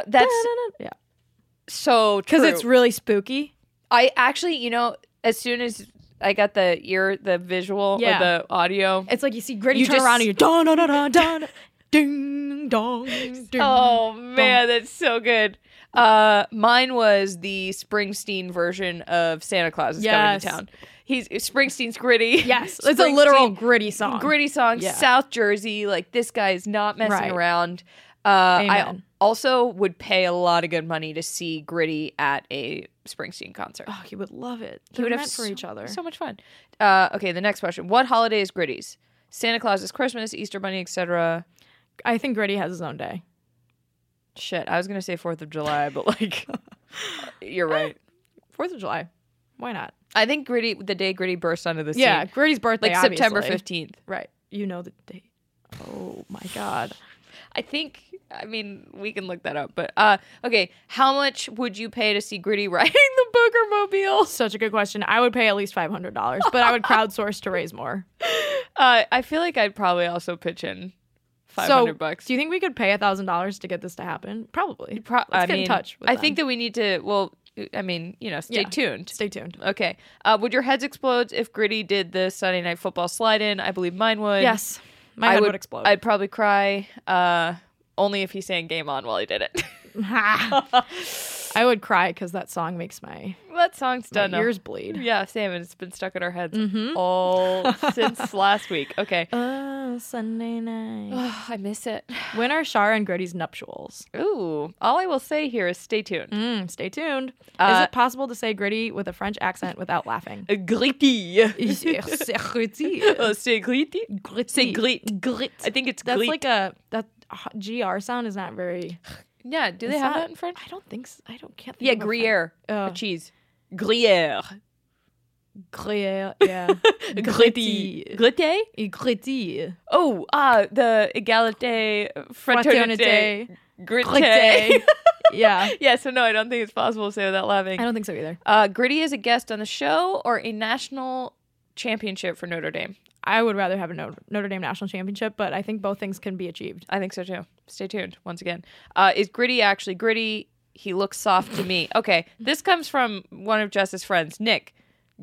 [SPEAKER 1] That's
[SPEAKER 2] yeah.
[SPEAKER 1] so true.
[SPEAKER 2] Because it's really spooky.
[SPEAKER 1] I actually, you know, as soon as I got the ear, the visual,
[SPEAKER 2] Yeah.
[SPEAKER 1] or the audio.
[SPEAKER 2] It's like you see Gritty
[SPEAKER 1] You
[SPEAKER 2] turn
[SPEAKER 1] just-
[SPEAKER 2] around and you da da da da da ding dong ding.
[SPEAKER 1] Oh man, that's so good. Uh, mine was the Springsteen version of Santa Claus is
[SPEAKER 2] Yes.
[SPEAKER 1] coming to town. He's Springsteen's gritty.
[SPEAKER 2] Yes, it's a literal
[SPEAKER 1] Springsteen-
[SPEAKER 2] gritty song.
[SPEAKER 1] gritty song,
[SPEAKER 2] Yeah.
[SPEAKER 1] South Jersey. Like this guy is not messing
[SPEAKER 2] Right.
[SPEAKER 1] around. Uh, I
[SPEAKER 2] Amen.
[SPEAKER 1] also would pay a lot of good money to see Gritty at a Springsteen concert.
[SPEAKER 2] Oh, he would love it.
[SPEAKER 1] He
[SPEAKER 2] They're
[SPEAKER 1] would have
[SPEAKER 2] meant for
[SPEAKER 1] so-
[SPEAKER 2] each other.
[SPEAKER 1] So much fun. Uh, okay, the next question: What holiday is Gritty's? Santa Claus is Christmas, Easter Bunny, etc.
[SPEAKER 2] I think Gritty has his own day.
[SPEAKER 1] Shit, I was gonna say Fourth of July, but like, you're right.
[SPEAKER 2] Eh. Fourth of July. Why not?
[SPEAKER 1] I think Gritty, the day Gritty burst onto the scene,
[SPEAKER 2] Yeah, Gritty's birthday,
[SPEAKER 1] like September
[SPEAKER 2] obviously.
[SPEAKER 1] fifteenth.
[SPEAKER 2] Right. You know the date. Oh my god.
[SPEAKER 1] I think. I mean, we can look that up. But uh, okay, how much would you pay to see Gritty riding the Boogermobile?
[SPEAKER 2] Such a good question. I would pay at least five hundred dollars, but I would crowdsource to raise more.
[SPEAKER 1] Uh, I feel like I'd probably also pitch in five hundred
[SPEAKER 2] so,
[SPEAKER 1] bucks.
[SPEAKER 2] Do you think we could pay thousand dollars to get this to happen? Probably.
[SPEAKER 1] Pro-
[SPEAKER 2] Let's
[SPEAKER 1] I
[SPEAKER 2] get
[SPEAKER 1] mean,
[SPEAKER 2] in touch. With
[SPEAKER 1] I
[SPEAKER 2] them.
[SPEAKER 1] think that we need to. Well, I mean, you know, stay
[SPEAKER 2] Yeah.
[SPEAKER 1] tuned.
[SPEAKER 2] Stay tuned.
[SPEAKER 1] Okay. Uh, would your heads explode if Gritty did the Sunday Night Football slide in? I believe mine would.
[SPEAKER 2] Yes, my
[SPEAKER 1] I
[SPEAKER 2] head would, explode.
[SPEAKER 1] I'd probably cry. Uh, only if he sang "Game On" while he did it.
[SPEAKER 2] I would cry because that song makes my,
[SPEAKER 1] that song's
[SPEAKER 2] my
[SPEAKER 1] done. Mm-hmm. now.
[SPEAKER 2] ears bleed.
[SPEAKER 1] Yeah, same. And it's been stuck in our heads all since last week. Okay.
[SPEAKER 2] Oh, Sunday night.
[SPEAKER 1] Oh, I miss it.
[SPEAKER 2] when are Shara and Gertie's nuptials?
[SPEAKER 1] Ooh. All I will say here is stay tuned.
[SPEAKER 2] Mm, stay tuned. Is
[SPEAKER 1] Uh,
[SPEAKER 2] it possible to say gritty with a French accent without laughing?
[SPEAKER 1] Mm. Gritty.
[SPEAKER 2] C'est gritty.
[SPEAKER 1] Oh, c'est gritty. C'est
[SPEAKER 2] Gritty.
[SPEAKER 1] grit.
[SPEAKER 2] Grit.
[SPEAKER 1] I think it's
[SPEAKER 2] That's
[SPEAKER 1] grit.
[SPEAKER 2] like a that uh, gr sound is not very.
[SPEAKER 1] yeah, do they
[SPEAKER 2] it's
[SPEAKER 1] have
[SPEAKER 2] not-
[SPEAKER 1] that in French?
[SPEAKER 2] I don't think. So. I don't can't. Think
[SPEAKER 1] Yeah,
[SPEAKER 2] of a French-
[SPEAKER 1] Gruyere.
[SPEAKER 2] Uh,
[SPEAKER 1] a cheese. Gruyere.
[SPEAKER 2] Gruyere. Yeah.
[SPEAKER 1] Gritty.
[SPEAKER 2] Gritty.
[SPEAKER 1] Gritty?
[SPEAKER 2] Et gritty.
[SPEAKER 1] Oh, ah, the Egalite Fraternité.
[SPEAKER 2] Fraternité.
[SPEAKER 1] Gritty.
[SPEAKER 2] yeah.
[SPEAKER 1] yeah, so no, I don't think it's possible to say without laughing.
[SPEAKER 2] I don't think so either.
[SPEAKER 1] Uh, Gritty is a guest on the show or a national championship for Notre Dame.
[SPEAKER 2] I would rather have a Notre Notre Dame national championship, but I think both things can be achieved.
[SPEAKER 1] I think so too. Stay tuned once again. Uh, is Gritty actually Gritty? He looks soft to me. Okay, this comes from one of Jess's friends, Nick.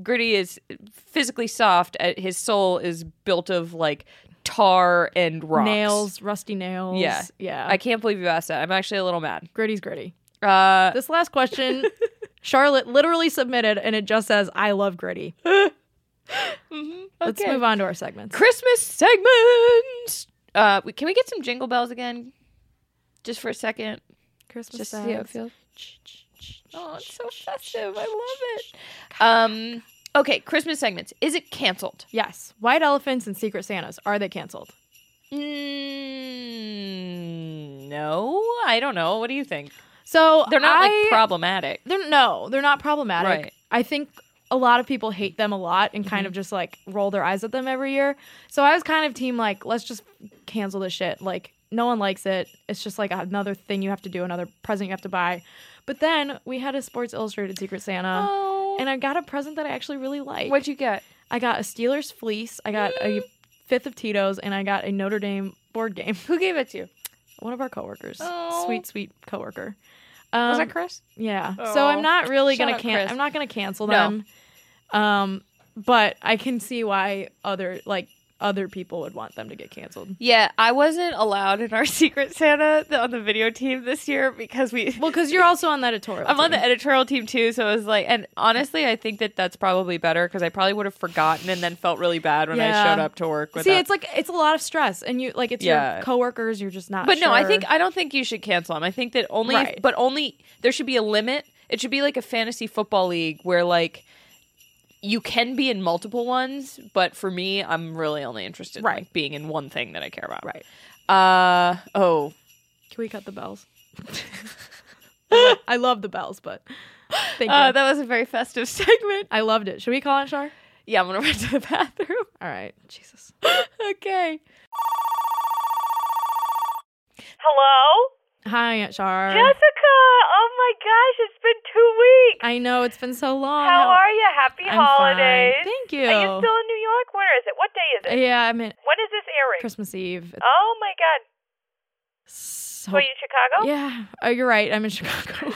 [SPEAKER 1] Gritty is physically soft. uh, His soul is built of like tar and rocks.
[SPEAKER 2] Nails, rusty nails.
[SPEAKER 1] Yeah.
[SPEAKER 2] Yeah.
[SPEAKER 1] I can't believe you asked that. I'm actually a little mad.
[SPEAKER 2] gritty's gritty.
[SPEAKER 1] Uh,
[SPEAKER 2] This last question, Charlotte literally submitted, and it just says, I love gritty. Let's
[SPEAKER 1] mm-hmm, okay.
[SPEAKER 2] move on to our segments.
[SPEAKER 1] Christmas segment. Uh, we, can we get some jingle bells again, just for a second,
[SPEAKER 2] Christmas
[SPEAKER 1] just to see how it
[SPEAKER 2] sounds.
[SPEAKER 1] feels? Oh, it's so festive. I love it. Um, okay, Christmas segments. Is it canceled?
[SPEAKER 2] Yes. White elephants and secret Santas. Are they canceled?
[SPEAKER 1] Mm, no, I don't know. What do you think?
[SPEAKER 2] So
[SPEAKER 1] They're not
[SPEAKER 2] I-
[SPEAKER 1] like problematic.
[SPEAKER 2] They're no, they're not problematic.
[SPEAKER 1] Right. Mm-hmm.
[SPEAKER 2] I think a lot of people hate them a lot and kind of just like roll their eyes at them every year. So I was kind of team like, let's just cancel this shit. Like no one likes it. It's just like another thing you have to do, another present you have to buy. But then we had a Sports Illustrated Secret Santa.
[SPEAKER 1] Oh,
[SPEAKER 2] And I got a present that I actually really like.
[SPEAKER 1] what'd you get?
[SPEAKER 2] I got a Steelers fleece, I got a fifth of Tito's, and I got a Notre Dame board game.
[SPEAKER 1] Who gave it to you?
[SPEAKER 2] One of our coworkers,
[SPEAKER 1] Oh.
[SPEAKER 2] sweet, sweet coworker. Um,
[SPEAKER 1] Was that Chris?
[SPEAKER 2] yeah. So
[SPEAKER 1] Oh.
[SPEAKER 2] I'm not really
[SPEAKER 1] Shut
[SPEAKER 2] gonna
[SPEAKER 1] up,
[SPEAKER 2] can
[SPEAKER 1] Chris.
[SPEAKER 2] I'm not gonna cancel
[SPEAKER 1] No.
[SPEAKER 2] them. Um, but I can see why other like other people would want them to get canceled.
[SPEAKER 1] Yeah, I wasn't allowed in our Secret Santa on the video team this year because we
[SPEAKER 2] Well, because you're also on that editorial.
[SPEAKER 1] I'm on the
[SPEAKER 2] team.
[SPEAKER 1] editorial team too, so I was like, and honestly, I think that that's probably better because I probably would have forgotten and then felt really bad when
[SPEAKER 2] Yeah.
[SPEAKER 1] I showed up to work. With
[SPEAKER 2] See, it's like it's a lot of stress, and you like it's
[SPEAKER 1] Yeah.
[SPEAKER 2] your coworkers. You're just not.
[SPEAKER 1] but no, I
[SPEAKER 2] sure.
[SPEAKER 1] think I don't think you should cancel them. I think that only,
[SPEAKER 2] Right.
[SPEAKER 1] but only there should be a limit. It should be like a fantasy football league where like you can be in multiple ones, but for me, I'm really only interested in like,
[SPEAKER 2] Right.
[SPEAKER 1] being in one thing that I care about.
[SPEAKER 2] right.
[SPEAKER 1] Uh oh.
[SPEAKER 2] Can we cut the bells? I love the bells, but thank
[SPEAKER 1] Uh,
[SPEAKER 2] you.
[SPEAKER 1] that was a very festive segment.
[SPEAKER 2] I loved it. Should we call it Char?
[SPEAKER 1] Yeah, I'm gonna run to the bathroom.
[SPEAKER 2] All right. Jesus.
[SPEAKER 1] okay.
[SPEAKER 3] Hello?
[SPEAKER 2] Hi,
[SPEAKER 1] Uh.
[SPEAKER 2] Char.
[SPEAKER 3] Jessica! Oh my gosh, it's been two weeks.
[SPEAKER 2] I know it's been so
[SPEAKER 1] Oh,
[SPEAKER 2] long.
[SPEAKER 3] How are you? Happy
[SPEAKER 2] I'm
[SPEAKER 3] holidays.
[SPEAKER 2] Fine. Thank you. Uh,
[SPEAKER 3] Are you still in New York? Where is it? What day is it?
[SPEAKER 2] Yeah, I mean
[SPEAKER 3] When is this airing?
[SPEAKER 2] Christmas Eve. It's
[SPEAKER 3] Oh my god.
[SPEAKER 2] so
[SPEAKER 3] Were you in Chicago?
[SPEAKER 2] yeah. Oh, you're right. I'm in Chicago.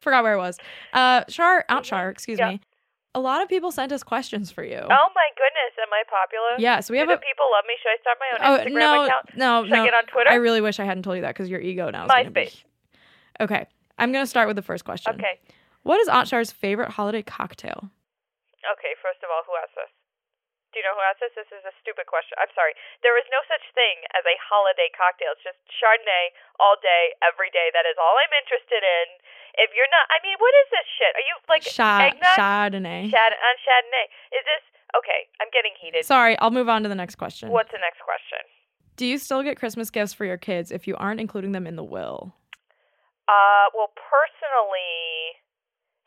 [SPEAKER 2] Forgot where I was. Uh, Char, Aunt Char, excuse
[SPEAKER 3] Mm-hmm. Yeah.
[SPEAKER 2] me. A lot of people sent us questions for you.
[SPEAKER 3] Oh my goodness, am I popular?
[SPEAKER 2] Yeah, so we have a.
[SPEAKER 3] Do the people love me? Should I start my own
[SPEAKER 2] Oh
[SPEAKER 3] Instagram
[SPEAKER 2] no,
[SPEAKER 3] account?
[SPEAKER 2] no,
[SPEAKER 3] Should
[SPEAKER 2] no!
[SPEAKER 3] I get on Twitter?
[SPEAKER 2] I really wish I hadn't told you that because your ego now. Is gonna be-
[SPEAKER 3] MySpace.
[SPEAKER 2] Okay, I'm gonna start with the first question.
[SPEAKER 3] Okay.
[SPEAKER 2] What is Aunt Char's favorite holiday cocktail?
[SPEAKER 3] Okay, first of all, who asked this? Do you know who asked this? This is a stupid question. I'm sorry. There is no such thing as a holiday cocktail. It's just Chardonnay all day, every day. That is all I'm interested in. If you're not, I mean, what is this shit? Are you like
[SPEAKER 2] Cha-
[SPEAKER 3] eggnog?
[SPEAKER 2] Chardonnay.
[SPEAKER 3] Chad on Chardonnay? Is this okay? I'm getting heated.
[SPEAKER 2] Sorry, I'll move on to the next question.
[SPEAKER 3] What's the next question?
[SPEAKER 2] Do you still get Christmas gifts for your kids if you aren't including them in the will?
[SPEAKER 3] Uh, well, personally,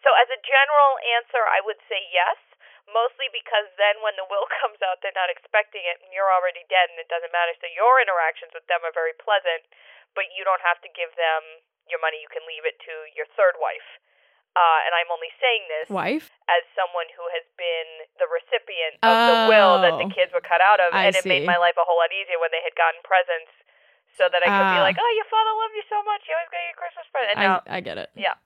[SPEAKER 3] so as a general answer, I would say yes, mostly because then when the will comes out, they're not expecting it, and you're already dead, and it doesn't matter. So your interactions with them are very pleasant, but you don't have to give them your money. You can leave it to your third wife. Uh, and I'm only saying this
[SPEAKER 2] Wife?
[SPEAKER 3] as someone who has been the recipient of the will that the
[SPEAKER 2] Oh.
[SPEAKER 3] kids were cut out of,
[SPEAKER 2] I
[SPEAKER 3] and it made
[SPEAKER 2] see.
[SPEAKER 3] my life a whole lot easier when they had gotten presents, so that I could be
[SPEAKER 2] Ah.
[SPEAKER 3] like, "Oh, your father loved you so much; he always got you a Christmas present." And now,
[SPEAKER 2] I, I get it.
[SPEAKER 3] Yeah.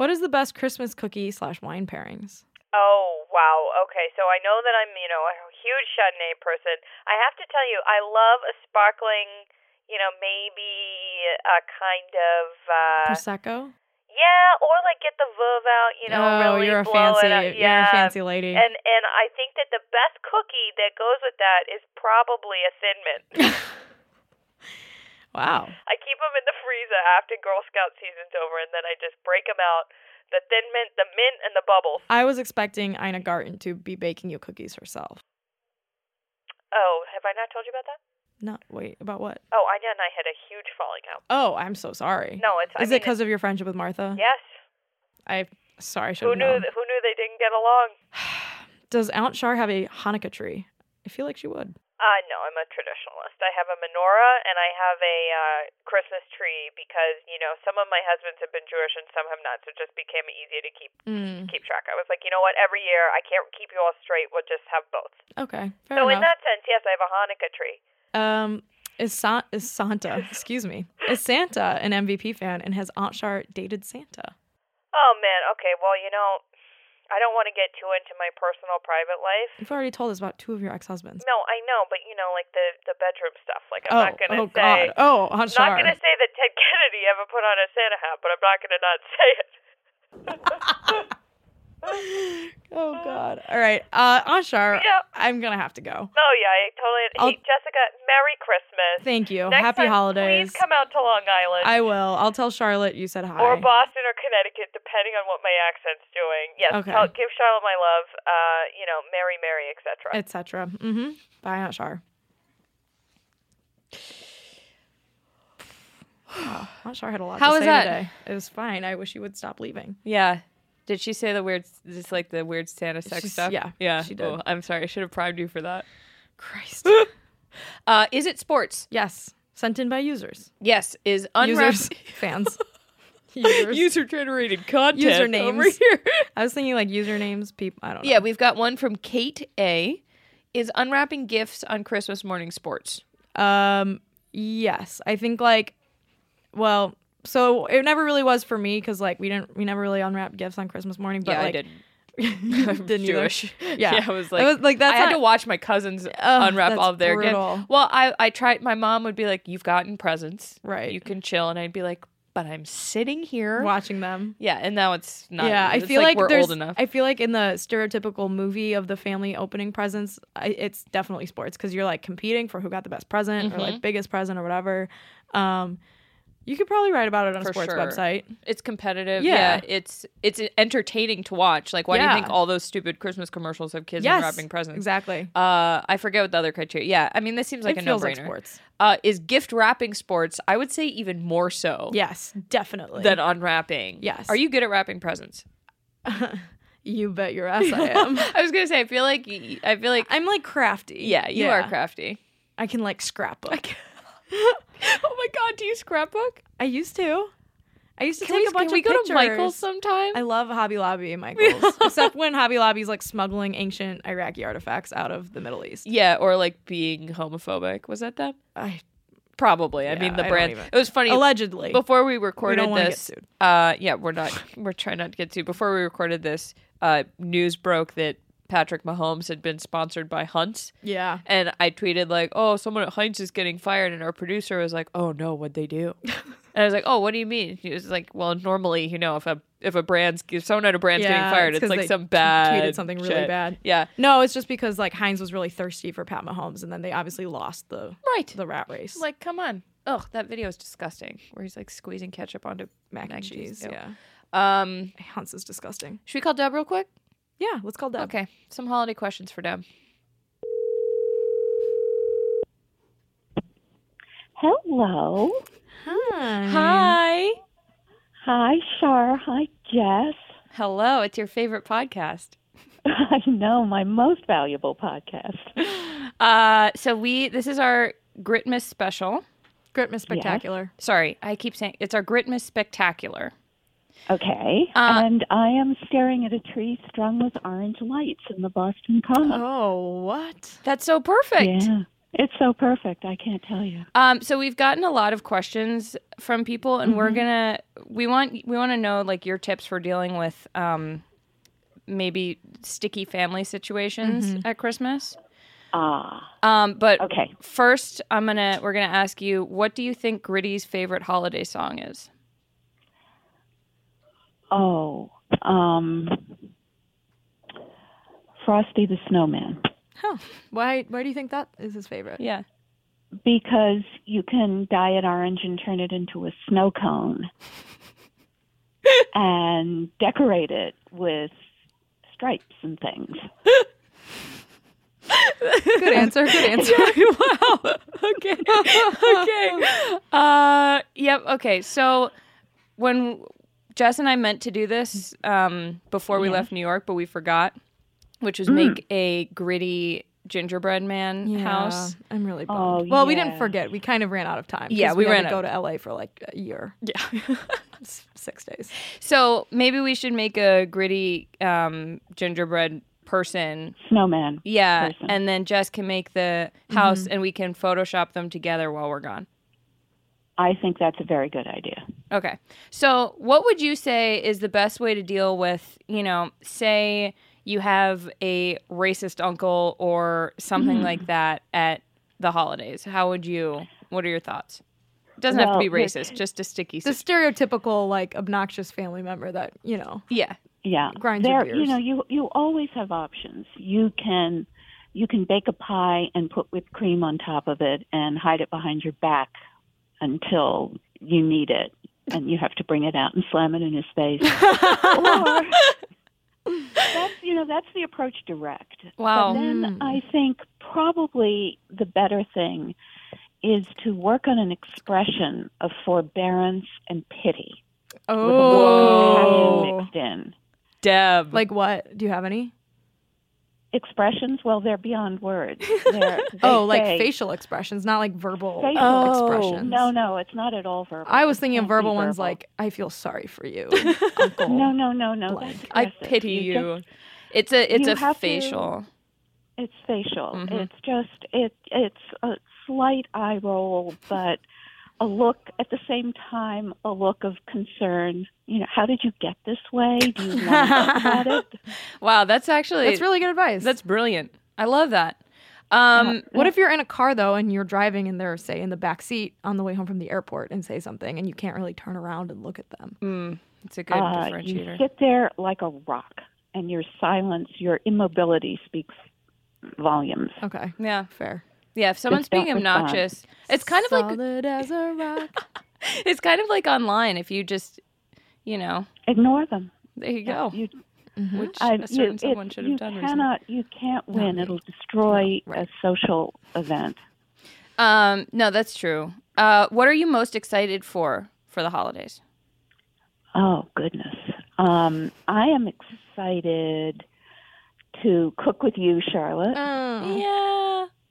[SPEAKER 2] What is the best Christmas cookie slash wine pairings?
[SPEAKER 3] oh wow, okay, so I know that I'm, you know, a huge Chardonnay person. I have to tell you, I love a sparkling, you know, maybe a kind of. Uh,
[SPEAKER 2] Prosecco.
[SPEAKER 3] yeah, or like get the verve out, you know,
[SPEAKER 2] oh,
[SPEAKER 3] really
[SPEAKER 2] you're a
[SPEAKER 3] blow
[SPEAKER 2] fancy,
[SPEAKER 3] it out.
[SPEAKER 2] you're a
[SPEAKER 3] Yeah,
[SPEAKER 2] fancy lady.
[SPEAKER 3] And and I think that the best cookie that goes with that is probably a Thin Mint.
[SPEAKER 2] wow.
[SPEAKER 3] I keep them in the freezer after Girl Scout season's over, and then I just break them out. The Thin Mint, the mint, and the bubbles.
[SPEAKER 2] I was expecting Ina Garten to be baking you cookies herself.
[SPEAKER 3] Oh, have I not told you about that?
[SPEAKER 2] No, wait, about what?
[SPEAKER 3] Oh, Anya and I had a huge falling out.
[SPEAKER 2] Oh, I'm so sorry.
[SPEAKER 3] No, it's
[SPEAKER 2] Is
[SPEAKER 3] I mean,
[SPEAKER 2] it because of your friendship with Martha?
[SPEAKER 3] Yes.
[SPEAKER 2] I sorry, I should
[SPEAKER 3] Who
[SPEAKER 2] have
[SPEAKER 3] knew?
[SPEAKER 2] known.
[SPEAKER 3] th- Who knew they didn't get along?
[SPEAKER 2] Does Aunt Char have a Hanukkah tree? I feel like she would.
[SPEAKER 3] Uh, no, I'm a traditionalist. I have a menorah and I have a uh, Christmas tree because you know some of my husbands have been Jewish and some have not, so it just became easier to keep
[SPEAKER 2] Mm,
[SPEAKER 3] keep track. I was like, you know what? Every year, I can't keep you all straight. We'll just have both.
[SPEAKER 2] okay, fair
[SPEAKER 3] So in
[SPEAKER 2] enough.
[SPEAKER 3] that sense, yes, I have a Hanukkah tree.
[SPEAKER 2] um, Is, Sa- is Santa, excuse me, is Santa an MVP fan and has Aunt Char dated Santa?
[SPEAKER 3] Oh man, okay. Well, you know, I don't want to get too into my personal private life.
[SPEAKER 2] You've already told us about two of your ex husbands.
[SPEAKER 3] No, I know, but you know, like the the bedroom stuff. Like I'm
[SPEAKER 2] oh,
[SPEAKER 3] not gonna
[SPEAKER 2] oh
[SPEAKER 3] say.
[SPEAKER 2] God. Oh, Aunt
[SPEAKER 3] I'm
[SPEAKER 2] Char.
[SPEAKER 3] not gonna say that Ted Kennedy ever put on a Santa hat, but I'm not gonna not say it.
[SPEAKER 2] Oh God. All right. Uh, Aunt Char,
[SPEAKER 3] Yeah.
[SPEAKER 2] I'm going to have to go.
[SPEAKER 3] Oh yeah, I totally.
[SPEAKER 2] I'll-
[SPEAKER 3] Hey, Jessica, Merry Christmas.
[SPEAKER 2] Thank you.
[SPEAKER 3] Next
[SPEAKER 2] Happy
[SPEAKER 3] time,
[SPEAKER 2] holidays.
[SPEAKER 3] Please come out to Long Island.
[SPEAKER 2] I will. I'll tell Charlotte you said hi.
[SPEAKER 3] or Boston or Connecticut, depending on what my accent's doing. Yes,
[SPEAKER 2] Okay.
[SPEAKER 3] tell, give Charlotte my love. Uh, you know, Mary, Mary, etc.
[SPEAKER 2] etc. Mm-hmm. Bye, Aunt Char. Wow, Aunt Char had a lot
[SPEAKER 1] How
[SPEAKER 2] to
[SPEAKER 1] was
[SPEAKER 2] say
[SPEAKER 1] that?
[SPEAKER 2] today. It was fine. I wish you would stop leaving.
[SPEAKER 1] Yeah. Did she say the weird, just like the weird Santa sex
[SPEAKER 2] She's-
[SPEAKER 1] stuff?
[SPEAKER 2] yeah,
[SPEAKER 1] yeah.
[SPEAKER 2] she did.
[SPEAKER 1] Oh, I'm sorry. I should have primed you for that.
[SPEAKER 2] Christ.
[SPEAKER 1] Uh, is it sports?
[SPEAKER 2] yes. Sent in by users.
[SPEAKER 1] Yes. Is
[SPEAKER 2] Users.
[SPEAKER 1] unwrapped
[SPEAKER 2] Fans. users.
[SPEAKER 1] user generated content over
[SPEAKER 2] Usernames.
[SPEAKER 1] here?
[SPEAKER 2] I was thinking like usernames, people. I don't know.
[SPEAKER 1] yeah, we've got one from Kate A. Is unwrapping gifts on Christmas morning sports?
[SPEAKER 2] Um, yes, I think like, well, so it never really was for me because like we didn't, we never really unwrapped gifts on Christmas morning. But
[SPEAKER 1] yeah,
[SPEAKER 2] like,
[SPEAKER 1] I didn't.
[SPEAKER 2] didn't. didn't either.
[SPEAKER 1] Jewish.
[SPEAKER 2] Yeah.
[SPEAKER 1] I was like,
[SPEAKER 2] I was like, that's
[SPEAKER 1] I had
[SPEAKER 2] not-
[SPEAKER 1] to watch my cousins
[SPEAKER 2] Ugh,
[SPEAKER 1] unwrap
[SPEAKER 2] that's
[SPEAKER 1] all of their gifts.
[SPEAKER 2] brutal.
[SPEAKER 1] Well, I, I tried. My mom would be like, "You've gotten presents,
[SPEAKER 2] Right.
[SPEAKER 1] You can chill," and I'd be like, "But I'm sitting here."
[SPEAKER 2] Watching them.
[SPEAKER 1] Yeah, and now it's not.
[SPEAKER 2] yeah, I
[SPEAKER 1] it's
[SPEAKER 2] feel like,
[SPEAKER 1] we're
[SPEAKER 2] there's.
[SPEAKER 1] old enough.
[SPEAKER 2] I feel like in the stereotypical movie of the family opening presents, I, it's definitely sports because you're like competing for who got the best present or
[SPEAKER 1] Mm-hmm.
[SPEAKER 2] like biggest present or whatever. Um, you could probably write about it on
[SPEAKER 1] For
[SPEAKER 2] a sports
[SPEAKER 1] sure.
[SPEAKER 2] website.
[SPEAKER 1] it's competitive.
[SPEAKER 2] Yeah.
[SPEAKER 1] Yeah. it's it's entertaining to watch. Like, why do
[SPEAKER 2] Yeah.
[SPEAKER 1] you think all those stupid Christmas commercials have kids
[SPEAKER 2] Yes,
[SPEAKER 1] unwrapping presents?
[SPEAKER 2] exactly.
[SPEAKER 1] Uh, I forget what the other criteria. Yeah, I mean, this seems like
[SPEAKER 2] it
[SPEAKER 1] a
[SPEAKER 2] feels like
[SPEAKER 1] no-brainer.
[SPEAKER 2] sports.
[SPEAKER 1] Uh, is gift wrapping sports? I would say even more so
[SPEAKER 2] Yes, definitely.
[SPEAKER 1] than unwrapping.
[SPEAKER 2] Yes.
[SPEAKER 1] Are you good at wrapping presents?
[SPEAKER 2] you bet your ass I am.
[SPEAKER 1] I was gonna say, I feel like y- I feel like
[SPEAKER 2] I'm like crafty.
[SPEAKER 1] yeah, you are crafty.
[SPEAKER 2] I can like scrapbook. I,
[SPEAKER 1] oh my god, do you scrapbook?
[SPEAKER 2] used to. I used to
[SPEAKER 1] Can
[SPEAKER 2] take
[SPEAKER 1] we,
[SPEAKER 2] a bunch
[SPEAKER 1] can we
[SPEAKER 2] of
[SPEAKER 1] go
[SPEAKER 2] pictures.
[SPEAKER 1] to Michael's sometime?
[SPEAKER 2] I love Hobby Lobby and Michael's, except when Hobby Lobby's like smuggling ancient Iraqi artifacts out of the Middle East.
[SPEAKER 1] yeah, or like being homophobic. Was that them?
[SPEAKER 2] I,
[SPEAKER 1] Probably. I
[SPEAKER 2] Yeah,
[SPEAKER 1] mean, the
[SPEAKER 2] I don't
[SPEAKER 1] brand.
[SPEAKER 2] even-
[SPEAKER 1] It was funny.
[SPEAKER 2] allegedly,
[SPEAKER 1] Before we recorded
[SPEAKER 2] wanna get
[SPEAKER 1] this,
[SPEAKER 2] sued.
[SPEAKER 1] uh, yeah, we're not. We're trying not to get sued. Before we recorded this, uh, news broke that Patrick Mahomes had been sponsored by Hunts.
[SPEAKER 2] yeah,
[SPEAKER 1] And I tweeted like, "Oh, someone at Heinz is getting fired," and our producer was like, "Oh no, what'd they do?" and I was like, "Oh, what do you mean?" He was like, "Well, normally, you know, if a if a brand's if someone at a brand's
[SPEAKER 2] Yeah,
[SPEAKER 1] getting fired,
[SPEAKER 2] it's
[SPEAKER 1] it's,
[SPEAKER 2] 'cause
[SPEAKER 1] like
[SPEAKER 2] they
[SPEAKER 1] some bad
[SPEAKER 2] tweeted something really
[SPEAKER 1] shit.
[SPEAKER 2] bad.
[SPEAKER 1] Yeah,
[SPEAKER 2] no, it's just because like Heinz was really thirsty for Pat Mahomes, and then they obviously lost the
[SPEAKER 1] right.
[SPEAKER 2] the rat race,
[SPEAKER 1] like, come on. Oh, that video is disgusting. Where he's like squeezing ketchup onto
[SPEAKER 2] mac and cheese.
[SPEAKER 1] Ew.
[SPEAKER 2] Yeah,
[SPEAKER 1] Um,
[SPEAKER 2] Heinz is disgusting.
[SPEAKER 1] should we call Deb real quick?
[SPEAKER 2] Yeah, let's call that.
[SPEAKER 1] Okay, some holiday questions for Deb.
[SPEAKER 4] Hello.
[SPEAKER 1] Mm-hmm. Hi.
[SPEAKER 2] Hi.
[SPEAKER 4] Hi, Shar. Hi, Jess.
[SPEAKER 1] Hello. It's your favorite podcast.
[SPEAKER 4] I know my most valuable podcast.
[SPEAKER 1] Uh, so we this is our Gritmas special.
[SPEAKER 2] Gritmas spectacular.
[SPEAKER 1] Sorry, I keep saying it's our Gritmas Spectacular.
[SPEAKER 4] Okay.
[SPEAKER 1] Uh,
[SPEAKER 4] and I am staring at a tree strung with orange lights in the Boston Common.
[SPEAKER 2] Oh, what?
[SPEAKER 1] That's so perfect.
[SPEAKER 4] yeah. It's so perfect. I can't tell you.
[SPEAKER 1] Um, so we've gotten a lot of questions from people, and
[SPEAKER 4] Mm-hmm.
[SPEAKER 1] we're gonna we want we want to know like your tips for dealing with um, maybe sticky family situations at Christmas.
[SPEAKER 4] Ah,
[SPEAKER 1] Um, but
[SPEAKER 4] Mm-hmm. okay.
[SPEAKER 1] first, I'm gonna we're gonna ask you what do you think Gritty's favorite holiday song is?
[SPEAKER 4] Oh, um, Frosty the Snowman.
[SPEAKER 2] Huh. Why? Why do you think that is his favorite?
[SPEAKER 1] Yeah.
[SPEAKER 4] Because you can dye it orange and turn it into a snow cone and decorate it with stripes and things.
[SPEAKER 2] Good answer. Good answer.
[SPEAKER 1] wow. Okay. Okay. Uh, yep. Okay. So when Jess and I meant to do this um, before we left New York, but we forgot, which was make a gritty gingerbread man house.
[SPEAKER 2] I'm really bummed.
[SPEAKER 4] Oh,
[SPEAKER 2] Um, well, we didn't
[SPEAKER 4] yeah.
[SPEAKER 2] forget. We kind of ran out of time. 'cause
[SPEAKER 1] Yeah, we
[SPEAKER 2] had
[SPEAKER 1] ran
[SPEAKER 2] to
[SPEAKER 1] out
[SPEAKER 2] go
[SPEAKER 1] of-
[SPEAKER 2] to LA for like a year.
[SPEAKER 1] Yeah.
[SPEAKER 2] It's six days.
[SPEAKER 1] so maybe we should make a gritty um, gingerbread person.
[SPEAKER 4] Snowman.
[SPEAKER 1] Yeah,
[SPEAKER 4] Person.
[SPEAKER 1] and then Jess can make the house, and we can Photoshop them together while we're gone.
[SPEAKER 4] I think that's a very good idea.
[SPEAKER 1] Okay. So, what would you say is the best way to deal with, you know, say you have a racist uncle or something
[SPEAKER 4] Mm.
[SPEAKER 1] like that at the holidays? How would you, what are your thoughts? Doesn't have to be
[SPEAKER 4] Well, it-
[SPEAKER 1] racist, just a sticky.
[SPEAKER 2] the
[SPEAKER 1] Just,
[SPEAKER 2] stereotypical like obnoxious family member that you know
[SPEAKER 1] yeah.
[SPEAKER 4] Yeah,
[SPEAKER 2] Grinds your
[SPEAKER 4] there.
[SPEAKER 2] gears.
[SPEAKER 4] You know, you you always have options. You can you can bake a pie and put whipped cream on top of it and hide it behind your back until you need it, and you have to bring it out and slam it in his face. or that's you know that's the approach direct.
[SPEAKER 1] Wow.
[SPEAKER 4] But
[SPEAKER 2] Mm.
[SPEAKER 4] then I think probably the better thing is to work on an expression of forbearance and pity
[SPEAKER 1] Oh.
[SPEAKER 4] with a little compassion
[SPEAKER 2] oh
[SPEAKER 4] mixed in.
[SPEAKER 1] Deb.
[SPEAKER 2] like what do you have any
[SPEAKER 4] expressions well they're beyond words they're, they
[SPEAKER 2] oh like
[SPEAKER 4] say-
[SPEAKER 2] facial expressions not like verbal
[SPEAKER 4] Facial.
[SPEAKER 1] Oh.
[SPEAKER 2] expressions
[SPEAKER 4] no no it's not at all verbal
[SPEAKER 2] i was thinking
[SPEAKER 4] It
[SPEAKER 2] of
[SPEAKER 4] can't be
[SPEAKER 2] verbal ones
[SPEAKER 4] verbal.
[SPEAKER 2] like i feel sorry for you uncle
[SPEAKER 4] no no no no
[SPEAKER 2] blank.
[SPEAKER 4] that's
[SPEAKER 1] I
[SPEAKER 4] aggressive.
[SPEAKER 1] pity you.
[SPEAKER 4] just-
[SPEAKER 1] it's a it's
[SPEAKER 4] you
[SPEAKER 1] a
[SPEAKER 4] have to-
[SPEAKER 1] facial.
[SPEAKER 4] it's facial
[SPEAKER 2] Mm-hmm.
[SPEAKER 1] Mhm.
[SPEAKER 4] it's just it it's a slight eye roll but a look at the same time a look of concern you know how did you get this way do you want to talk about it
[SPEAKER 1] Wow, that's actually
[SPEAKER 2] that's really good advice
[SPEAKER 1] that's brilliant. I love that.
[SPEAKER 4] Uh,
[SPEAKER 1] Um
[SPEAKER 2] what if you're in a car though and you're driving and they're say in the back seat on the way home from the airport and say something and you can't really turn around and look at them
[SPEAKER 1] mm, it's a good
[SPEAKER 4] Uh, you
[SPEAKER 1] differentiator.
[SPEAKER 4] sit there like a rock and your silence your immobility speaks volumes
[SPEAKER 2] okay
[SPEAKER 1] Yeah.
[SPEAKER 2] fair
[SPEAKER 1] Yeah, if someone's
[SPEAKER 4] Just don't
[SPEAKER 1] being
[SPEAKER 4] respond.
[SPEAKER 1] obnoxious, it's kind of like
[SPEAKER 2] solid as a rock
[SPEAKER 1] it's kind of like online if you just you know
[SPEAKER 4] ignore them
[SPEAKER 1] there you go
[SPEAKER 4] You
[SPEAKER 1] which
[SPEAKER 4] Mm-hmm. I-
[SPEAKER 1] a certain
[SPEAKER 4] it-
[SPEAKER 1] someone should
[SPEAKER 4] you
[SPEAKER 1] have done recently.
[SPEAKER 4] cannot, You can't win.
[SPEAKER 2] me.
[SPEAKER 4] It'll destroy
[SPEAKER 2] No, right.
[SPEAKER 4] a social event.
[SPEAKER 1] um no that's true uh what are you most excited for for the holidays
[SPEAKER 4] Oh goodness! Um, I am excited to cook with you, Charlotte.
[SPEAKER 2] oh.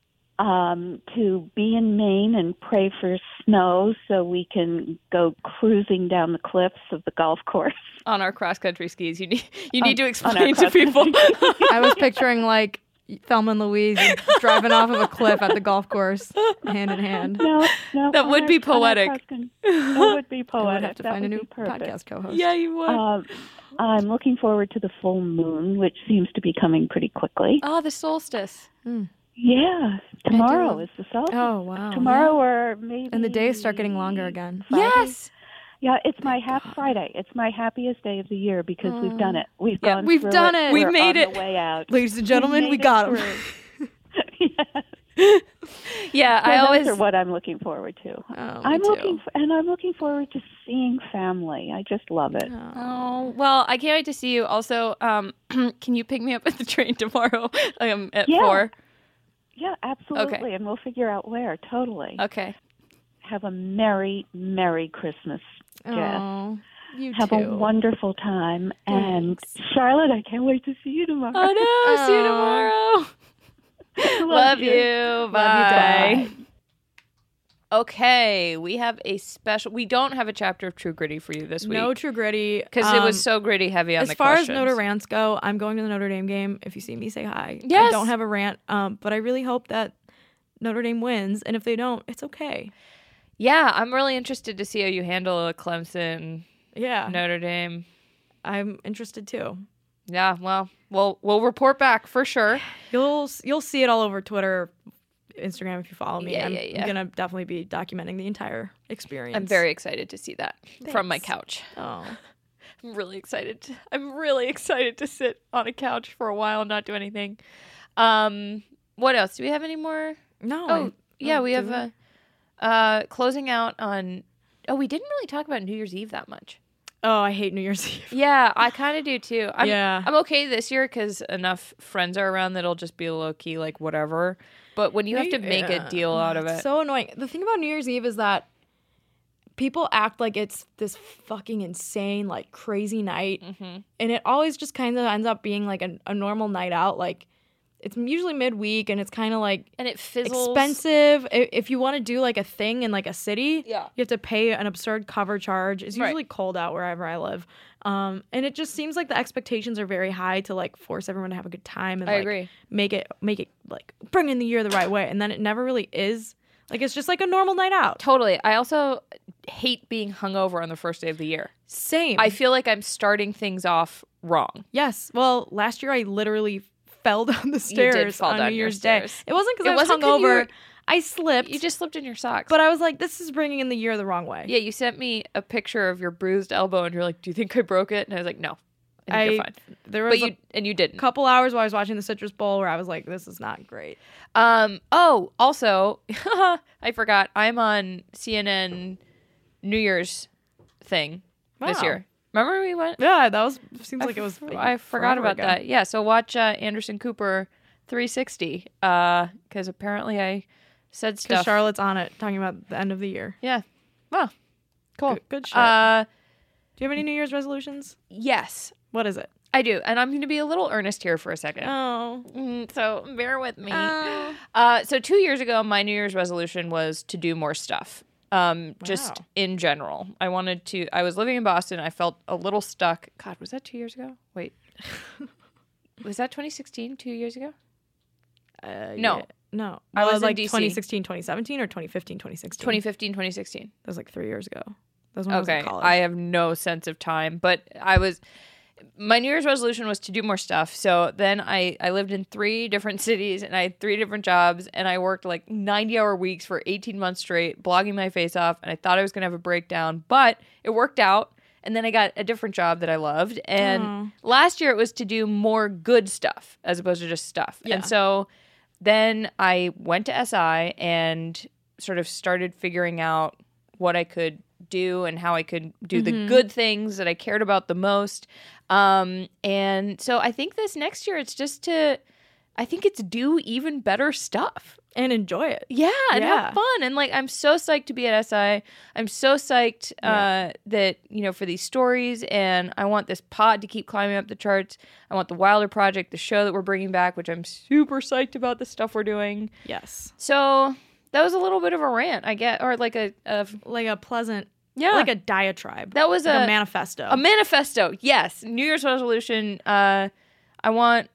[SPEAKER 1] yeah
[SPEAKER 4] Um, to be in Maine and pray for snow so we can go cruising down the cliffs of the golf course.
[SPEAKER 1] on our cross country skis you need you need to
[SPEAKER 4] on
[SPEAKER 1] explain
[SPEAKER 4] our
[SPEAKER 1] to
[SPEAKER 4] cross-country
[SPEAKER 1] people
[SPEAKER 2] I was picturing like Thelma and Louise driving off of a cliff at the golf course, hand in hand.
[SPEAKER 4] No, no,
[SPEAKER 1] That
[SPEAKER 4] on
[SPEAKER 1] would
[SPEAKER 4] our-
[SPEAKER 1] be
[SPEAKER 4] on our
[SPEAKER 1] poetic.
[SPEAKER 4] cross-country- That would be
[SPEAKER 2] I
[SPEAKER 4] poetic.
[SPEAKER 2] would have to
[SPEAKER 4] Oh, That
[SPEAKER 2] find a
[SPEAKER 4] would
[SPEAKER 2] new
[SPEAKER 4] be perfect.
[SPEAKER 2] podcast co-host.
[SPEAKER 1] yeah you would
[SPEAKER 4] Um, I'm looking forward to the full moon, which seems to be coming pretty quickly.
[SPEAKER 1] oh the solstice
[SPEAKER 4] Yeah, tomorrow
[SPEAKER 2] do.
[SPEAKER 4] is the solstice.
[SPEAKER 2] Oh wow.
[SPEAKER 4] tomorrow or maybe.
[SPEAKER 2] And the days start getting longer again.
[SPEAKER 4] Friday?
[SPEAKER 1] yes
[SPEAKER 4] Yeah, it's my half Friday. It's my happiest day of the year because we've done it. We've
[SPEAKER 1] Yeah,
[SPEAKER 4] gone.
[SPEAKER 2] Mm. we've
[SPEAKER 4] through
[SPEAKER 2] done it.
[SPEAKER 4] We're
[SPEAKER 1] We've made
[SPEAKER 4] on
[SPEAKER 1] it.
[SPEAKER 4] The way out.
[SPEAKER 2] Ladies and
[SPEAKER 4] made it
[SPEAKER 2] him.
[SPEAKER 4] yeah,
[SPEAKER 1] yeah i
[SPEAKER 4] those
[SPEAKER 1] always
[SPEAKER 4] are what I'm looking forward to.
[SPEAKER 2] Oh,
[SPEAKER 4] I'm looking for, and I'm looking forward to seeing family. I just love it.
[SPEAKER 1] Oh well, I can't wait to see you. Also, um, can you pick me up at the train tomorrow? Um, at
[SPEAKER 4] Yeah.
[SPEAKER 1] four.
[SPEAKER 4] Yeah, absolutely. And we'll figure out where. Totally.
[SPEAKER 1] Okay.
[SPEAKER 4] Have a merry, merry Christmas. Jess.
[SPEAKER 2] Oh, you
[SPEAKER 4] Have
[SPEAKER 2] too.
[SPEAKER 4] a wonderful time. And Charlotte, I can't wait to see you tomorrow.
[SPEAKER 1] Oh no! See you tomorrow. Love
[SPEAKER 4] Love,
[SPEAKER 1] you. Bye.
[SPEAKER 4] Bye.
[SPEAKER 1] Okay, we have a special. We don't have a chapter of True Gritty for you this week
[SPEAKER 2] no true gritty
[SPEAKER 1] because it
[SPEAKER 2] Um,
[SPEAKER 1] was so gritty heavy on
[SPEAKER 2] As
[SPEAKER 1] the
[SPEAKER 2] far
[SPEAKER 1] questions.
[SPEAKER 2] as Notre Rants go, I'm going to the Notre Dame game. If you see me, say hi.
[SPEAKER 1] Yes.
[SPEAKER 2] I don't have a rant, um, but I really hope that Notre Dame wins. And if they don't, it's okay.
[SPEAKER 1] yeah, I'm really interested to see how you handle a Clemson
[SPEAKER 2] Yeah.
[SPEAKER 1] Notre Dame.
[SPEAKER 2] I'm interested too.
[SPEAKER 1] Yeah, well, we'll we'll report back for sure.
[SPEAKER 2] You'll you'll see it all over Twitter, Instagram if you follow me.
[SPEAKER 1] Yeah,
[SPEAKER 2] I'm
[SPEAKER 1] yeah, yeah.
[SPEAKER 2] gonna definitely be documenting the entire experience.
[SPEAKER 1] I'm very excited to see that from my
[SPEAKER 2] Thanks.
[SPEAKER 1] couch.
[SPEAKER 2] oh
[SPEAKER 1] I'm really excited. to- I'm really excited to sit on a couch for a while and not do anything. Um, what else? Do we have any more?
[SPEAKER 2] no.
[SPEAKER 1] Oh,
[SPEAKER 2] I-
[SPEAKER 1] yeah,
[SPEAKER 2] oh,
[SPEAKER 1] we
[SPEAKER 2] do
[SPEAKER 1] have a uh, closing out on. Oh, we didn't really talk about New Year's Eve that much.
[SPEAKER 2] oh, I hate New Year's Eve.
[SPEAKER 1] Yeah, I kind of do too. I'm,
[SPEAKER 2] Yeah.
[SPEAKER 1] I'm okay this year because enough friends are around that it'll just be low key, like whatever. But when you have to make a
[SPEAKER 2] Yeah.
[SPEAKER 1] deal out of
[SPEAKER 2] It's
[SPEAKER 1] it,
[SPEAKER 2] so annoying. The thing about New Year's Eve is that people act like it's this fucking insane, like crazy night,
[SPEAKER 1] Mhm.
[SPEAKER 2] and it always just kind of ends up being like a, a normal night out, like it's usually midweek and it's kind of like
[SPEAKER 1] and it fizzles.
[SPEAKER 2] expensive. I- If you want to do like a thing in like a city,
[SPEAKER 1] Yeah.
[SPEAKER 2] you have to pay an absurd cover charge. It's
[SPEAKER 1] Right.
[SPEAKER 2] usually cold out wherever I live. Um, and it just seems like the expectations are very high to like force everyone to have a good time and
[SPEAKER 1] I
[SPEAKER 2] like,
[SPEAKER 1] agree.
[SPEAKER 2] make it make it like bring in the year the right way. And then it never really is. Like it's just like a normal night out.
[SPEAKER 1] Totally. I also hate being hungover on the first day of the year.
[SPEAKER 2] Same.
[SPEAKER 1] I feel like I'm starting things off wrong.
[SPEAKER 2] yes. Well, last year I literally fell down the
[SPEAKER 1] You did
[SPEAKER 2] stairs
[SPEAKER 1] fall
[SPEAKER 2] on
[SPEAKER 1] down
[SPEAKER 2] New
[SPEAKER 1] your
[SPEAKER 2] Year's Day.
[SPEAKER 1] stairs.
[SPEAKER 2] It wasn't because
[SPEAKER 1] It
[SPEAKER 2] I was
[SPEAKER 1] wasn't 'cause you
[SPEAKER 2] hungover.
[SPEAKER 1] were-
[SPEAKER 2] I slipped.
[SPEAKER 1] You just slipped in your socks.
[SPEAKER 2] but I was like, this is bringing in the year the wrong way.
[SPEAKER 1] yeah, you sent me a picture of your bruised elbow, and you're like, "Do you think I broke it?" And I was like, "No, I think you're
[SPEAKER 2] I-
[SPEAKER 1] fine."
[SPEAKER 2] There was
[SPEAKER 1] But
[SPEAKER 2] a
[SPEAKER 1] you and you didn't.
[SPEAKER 2] couple hours while I was watching the Citrus Bowl where I was like, this is not great.
[SPEAKER 1] Um. Oh, also, I forgot. I'm on CNN New Year's thing this
[SPEAKER 2] Wow.
[SPEAKER 1] year. Remember we went?
[SPEAKER 2] Yeah, that was seems
[SPEAKER 1] I
[SPEAKER 2] like it was.
[SPEAKER 1] f- I forgot
[SPEAKER 2] forever
[SPEAKER 1] about
[SPEAKER 2] ago.
[SPEAKER 1] that. Yeah. So watch uh, Anderson Cooper 360. Uh, because apparently I said
[SPEAKER 2] Because
[SPEAKER 1] stuff.
[SPEAKER 2] Charlotte's on it talking about the end of the year.
[SPEAKER 1] Yeah. Well, cool.
[SPEAKER 2] Good, good shit.
[SPEAKER 1] Uh,
[SPEAKER 2] Do you have any New Year's resolutions?
[SPEAKER 1] yes,
[SPEAKER 2] What is it?
[SPEAKER 1] I do, and I'm going to be a little earnest here for a second.
[SPEAKER 2] Oh,
[SPEAKER 1] Mm, so bear with me. Uh, so two years ago, my New Year's resolution was to do more stuff. Um, just
[SPEAKER 2] Wow.
[SPEAKER 1] in general, I wanted to. I was living in Boston. I felt a little stuck. God, was that two years ago? Wait, was that 2016? Two years ago?
[SPEAKER 2] Uh,
[SPEAKER 1] No.
[SPEAKER 2] yeah. no.
[SPEAKER 1] I
[SPEAKER 2] Well,
[SPEAKER 1] was in
[SPEAKER 2] like
[SPEAKER 1] DC.
[SPEAKER 2] 2016, 2017, or 2015, 2016.
[SPEAKER 1] 2015, 2016.
[SPEAKER 2] That was like three years ago. That was when I
[SPEAKER 1] Okay,
[SPEAKER 2] was in college. Oh.
[SPEAKER 1] I have no sense of time, but I was. My New Year's resolution was to do more stuff. So then I, I lived in three different cities and I had three different jobs and I worked like 90 hour weeks for 18 months straight, blogging my face off. And I thought I was going to have a breakdown, but it worked out. And then I got a different job that I loved. And last year it was to do more good stuff as opposed to just stuff.
[SPEAKER 2] Yeah.
[SPEAKER 1] And so then I went to SI and sort of started figuring out what I could do and how I could do the good things that I cared about the most. Um, and so I think this next year, it's just to, I think it's do even better stuff.
[SPEAKER 2] and enjoy it.
[SPEAKER 1] Yeah, and
[SPEAKER 2] Yeah.
[SPEAKER 1] have fun. And like, I'm so psyched to be at SI. I'm so psyched uh,
[SPEAKER 2] Yeah.
[SPEAKER 1] that, you know, for these stories. And I want this pod to keep climbing up the charts. I want the Wilder Project, the show that we're bringing back, which I'm super psyched about the stuff we're doing.
[SPEAKER 2] Yes.
[SPEAKER 1] So that was a little bit of a rant, I guess, or like a, a
[SPEAKER 2] Like a pleasant,
[SPEAKER 1] yeah,
[SPEAKER 2] like a diatribe.
[SPEAKER 1] that was
[SPEAKER 2] like a,
[SPEAKER 1] a,
[SPEAKER 2] manifesto.
[SPEAKER 1] a manifesto. Yes, New Year's resolution. Uh, I want,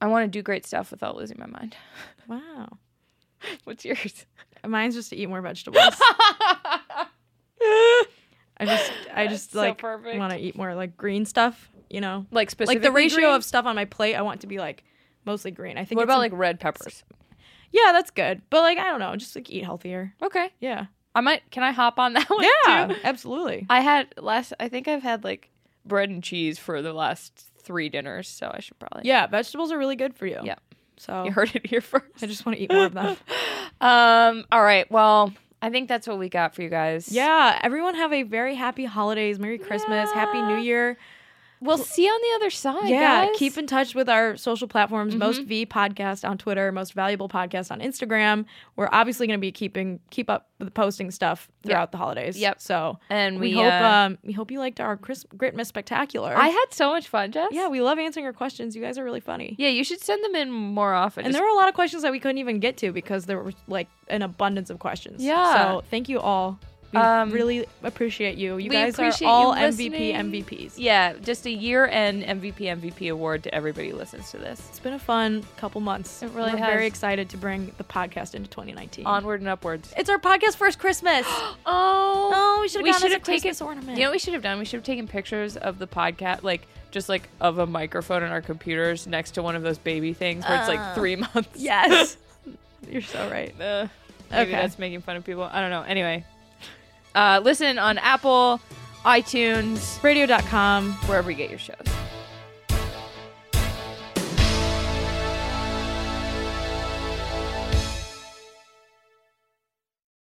[SPEAKER 1] I want to do great stuff without losing my mind.
[SPEAKER 2] wow.
[SPEAKER 1] What's yours?
[SPEAKER 2] Mine's just to eat more vegetables. I just, I just
[SPEAKER 1] So
[SPEAKER 2] like
[SPEAKER 1] perfect.
[SPEAKER 2] want to eat more like green stuff. You know,
[SPEAKER 1] like
[SPEAKER 2] like
[SPEAKER 1] specifically
[SPEAKER 2] the ratio
[SPEAKER 1] green?
[SPEAKER 2] of stuff on my plate. I want it to be like mostly green. I think.
[SPEAKER 1] What
[SPEAKER 2] it's
[SPEAKER 1] about like
[SPEAKER 2] im-
[SPEAKER 1] red peppers?
[SPEAKER 2] Yeah, that's good. But like, I don't know, just like eat healthier.
[SPEAKER 1] Okay,
[SPEAKER 2] Yeah.
[SPEAKER 1] I might. Can I hop on that one?
[SPEAKER 2] Yeah.
[SPEAKER 1] too?
[SPEAKER 2] Absolutely.
[SPEAKER 1] I had last. I think I've had like bread and cheese for the last three dinners, so I should probably.
[SPEAKER 2] Yeah, vegetables are really good for you.
[SPEAKER 1] Yeah.
[SPEAKER 2] So
[SPEAKER 1] you heard it here first.
[SPEAKER 2] I just want to eat more of them.
[SPEAKER 1] um. All right. Well, I think that's what we got for you guys.
[SPEAKER 2] yeah. Everyone have a very happy holidays. Merry Christmas. Happy New Year.
[SPEAKER 1] We'll see on the other side.
[SPEAKER 2] yeah.
[SPEAKER 1] guys. Mm-hmm.
[SPEAKER 2] Keep in touch with our social platforms. Most V podcast on Twitter. Most valuable podcast on Instagram. We're obviously going to be keeping keep up with the posting stuff
[SPEAKER 1] Yep.
[SPEAKER 2] throughout the holidays.
[SPEAKER 1] Yep.
[SPEAKER 2] So
[SPEAKER 1] And we,
[SPEAKER 2] we, hope
[SPEAKER 1] uh,
[SPEAKER 2] um, we hope you liked our Chris Gritmas spectacular.
[SPEAKER 1] I had so much fun, Jess.
[SPEAKER 2] yeah. We love answering your questions. You guys are really funny.
[SPEAKER 1] yeah. You should send them in more often.
[SPEAKER 2] And
[SPEAKER 1] Just-
[SPEAKER 2] there were a lot of questions that we couldn't even get to because there were like an abundance of questions.
[SPEAKER 1] Yeah.
[SPEAKER 2] So thank you all. We
[SPEAKER 1] Um,
[SPEAKER 2] really appreciate you. You
[SPEAKER 1] we
[SPEAKER 2] guys are
[SPEAKER 1] appreciate
[SPEAKER 2] all
[SPEAKER 1] you
[SPEAKER 2] MVP
[SPEAKER 1] listening.
[SPEAKER 2] MVPs.
[SPEAKER 1] yeah, just a year-end MVP MVP award to everybody who listens to this.
[SPEAKER 2] It's been a fun couple months.
[SPEAKER 1] It really
[SPEAKER 2] We're
[SPEAKER 1] has.
[SPEAKER 2] very excited to bring the podcast into 2019.
[SPEAKER 1] Onward and upwards.
[SPEAKER 2] It's our podcast first Christmas.
[SPEAKER 1] Oh,
[SPEAKER 2] oh, we should
[SPEAKER 1] we
[SPEAKER 2] have
[SPEAKER 1] should
[SPEAKER 2] gotten us a
[SPEAKER 1] have taken-
[SPEAKER 2] Christmas ornament.
[SPEAKER 1] You know what we should have done? We should have taken pictures of the podcast, like just like of a microphone on our computers next to one of those baby things where it's
[SPEAKER 2] Uh,
[SPEAKER 1] like three months.
[SPEAKER 2] yes. You're so right.
[SPEAKER 1] Uh, maybe
[SPEAKER 2] Okay.
[SPEAKER 1] that's making fun of people. I don't know. Anyway, uh, listen on Apple, iTunes,
[SPEAKER 2] Radio.com.
[SPEAKER 1] wherever you get your shows.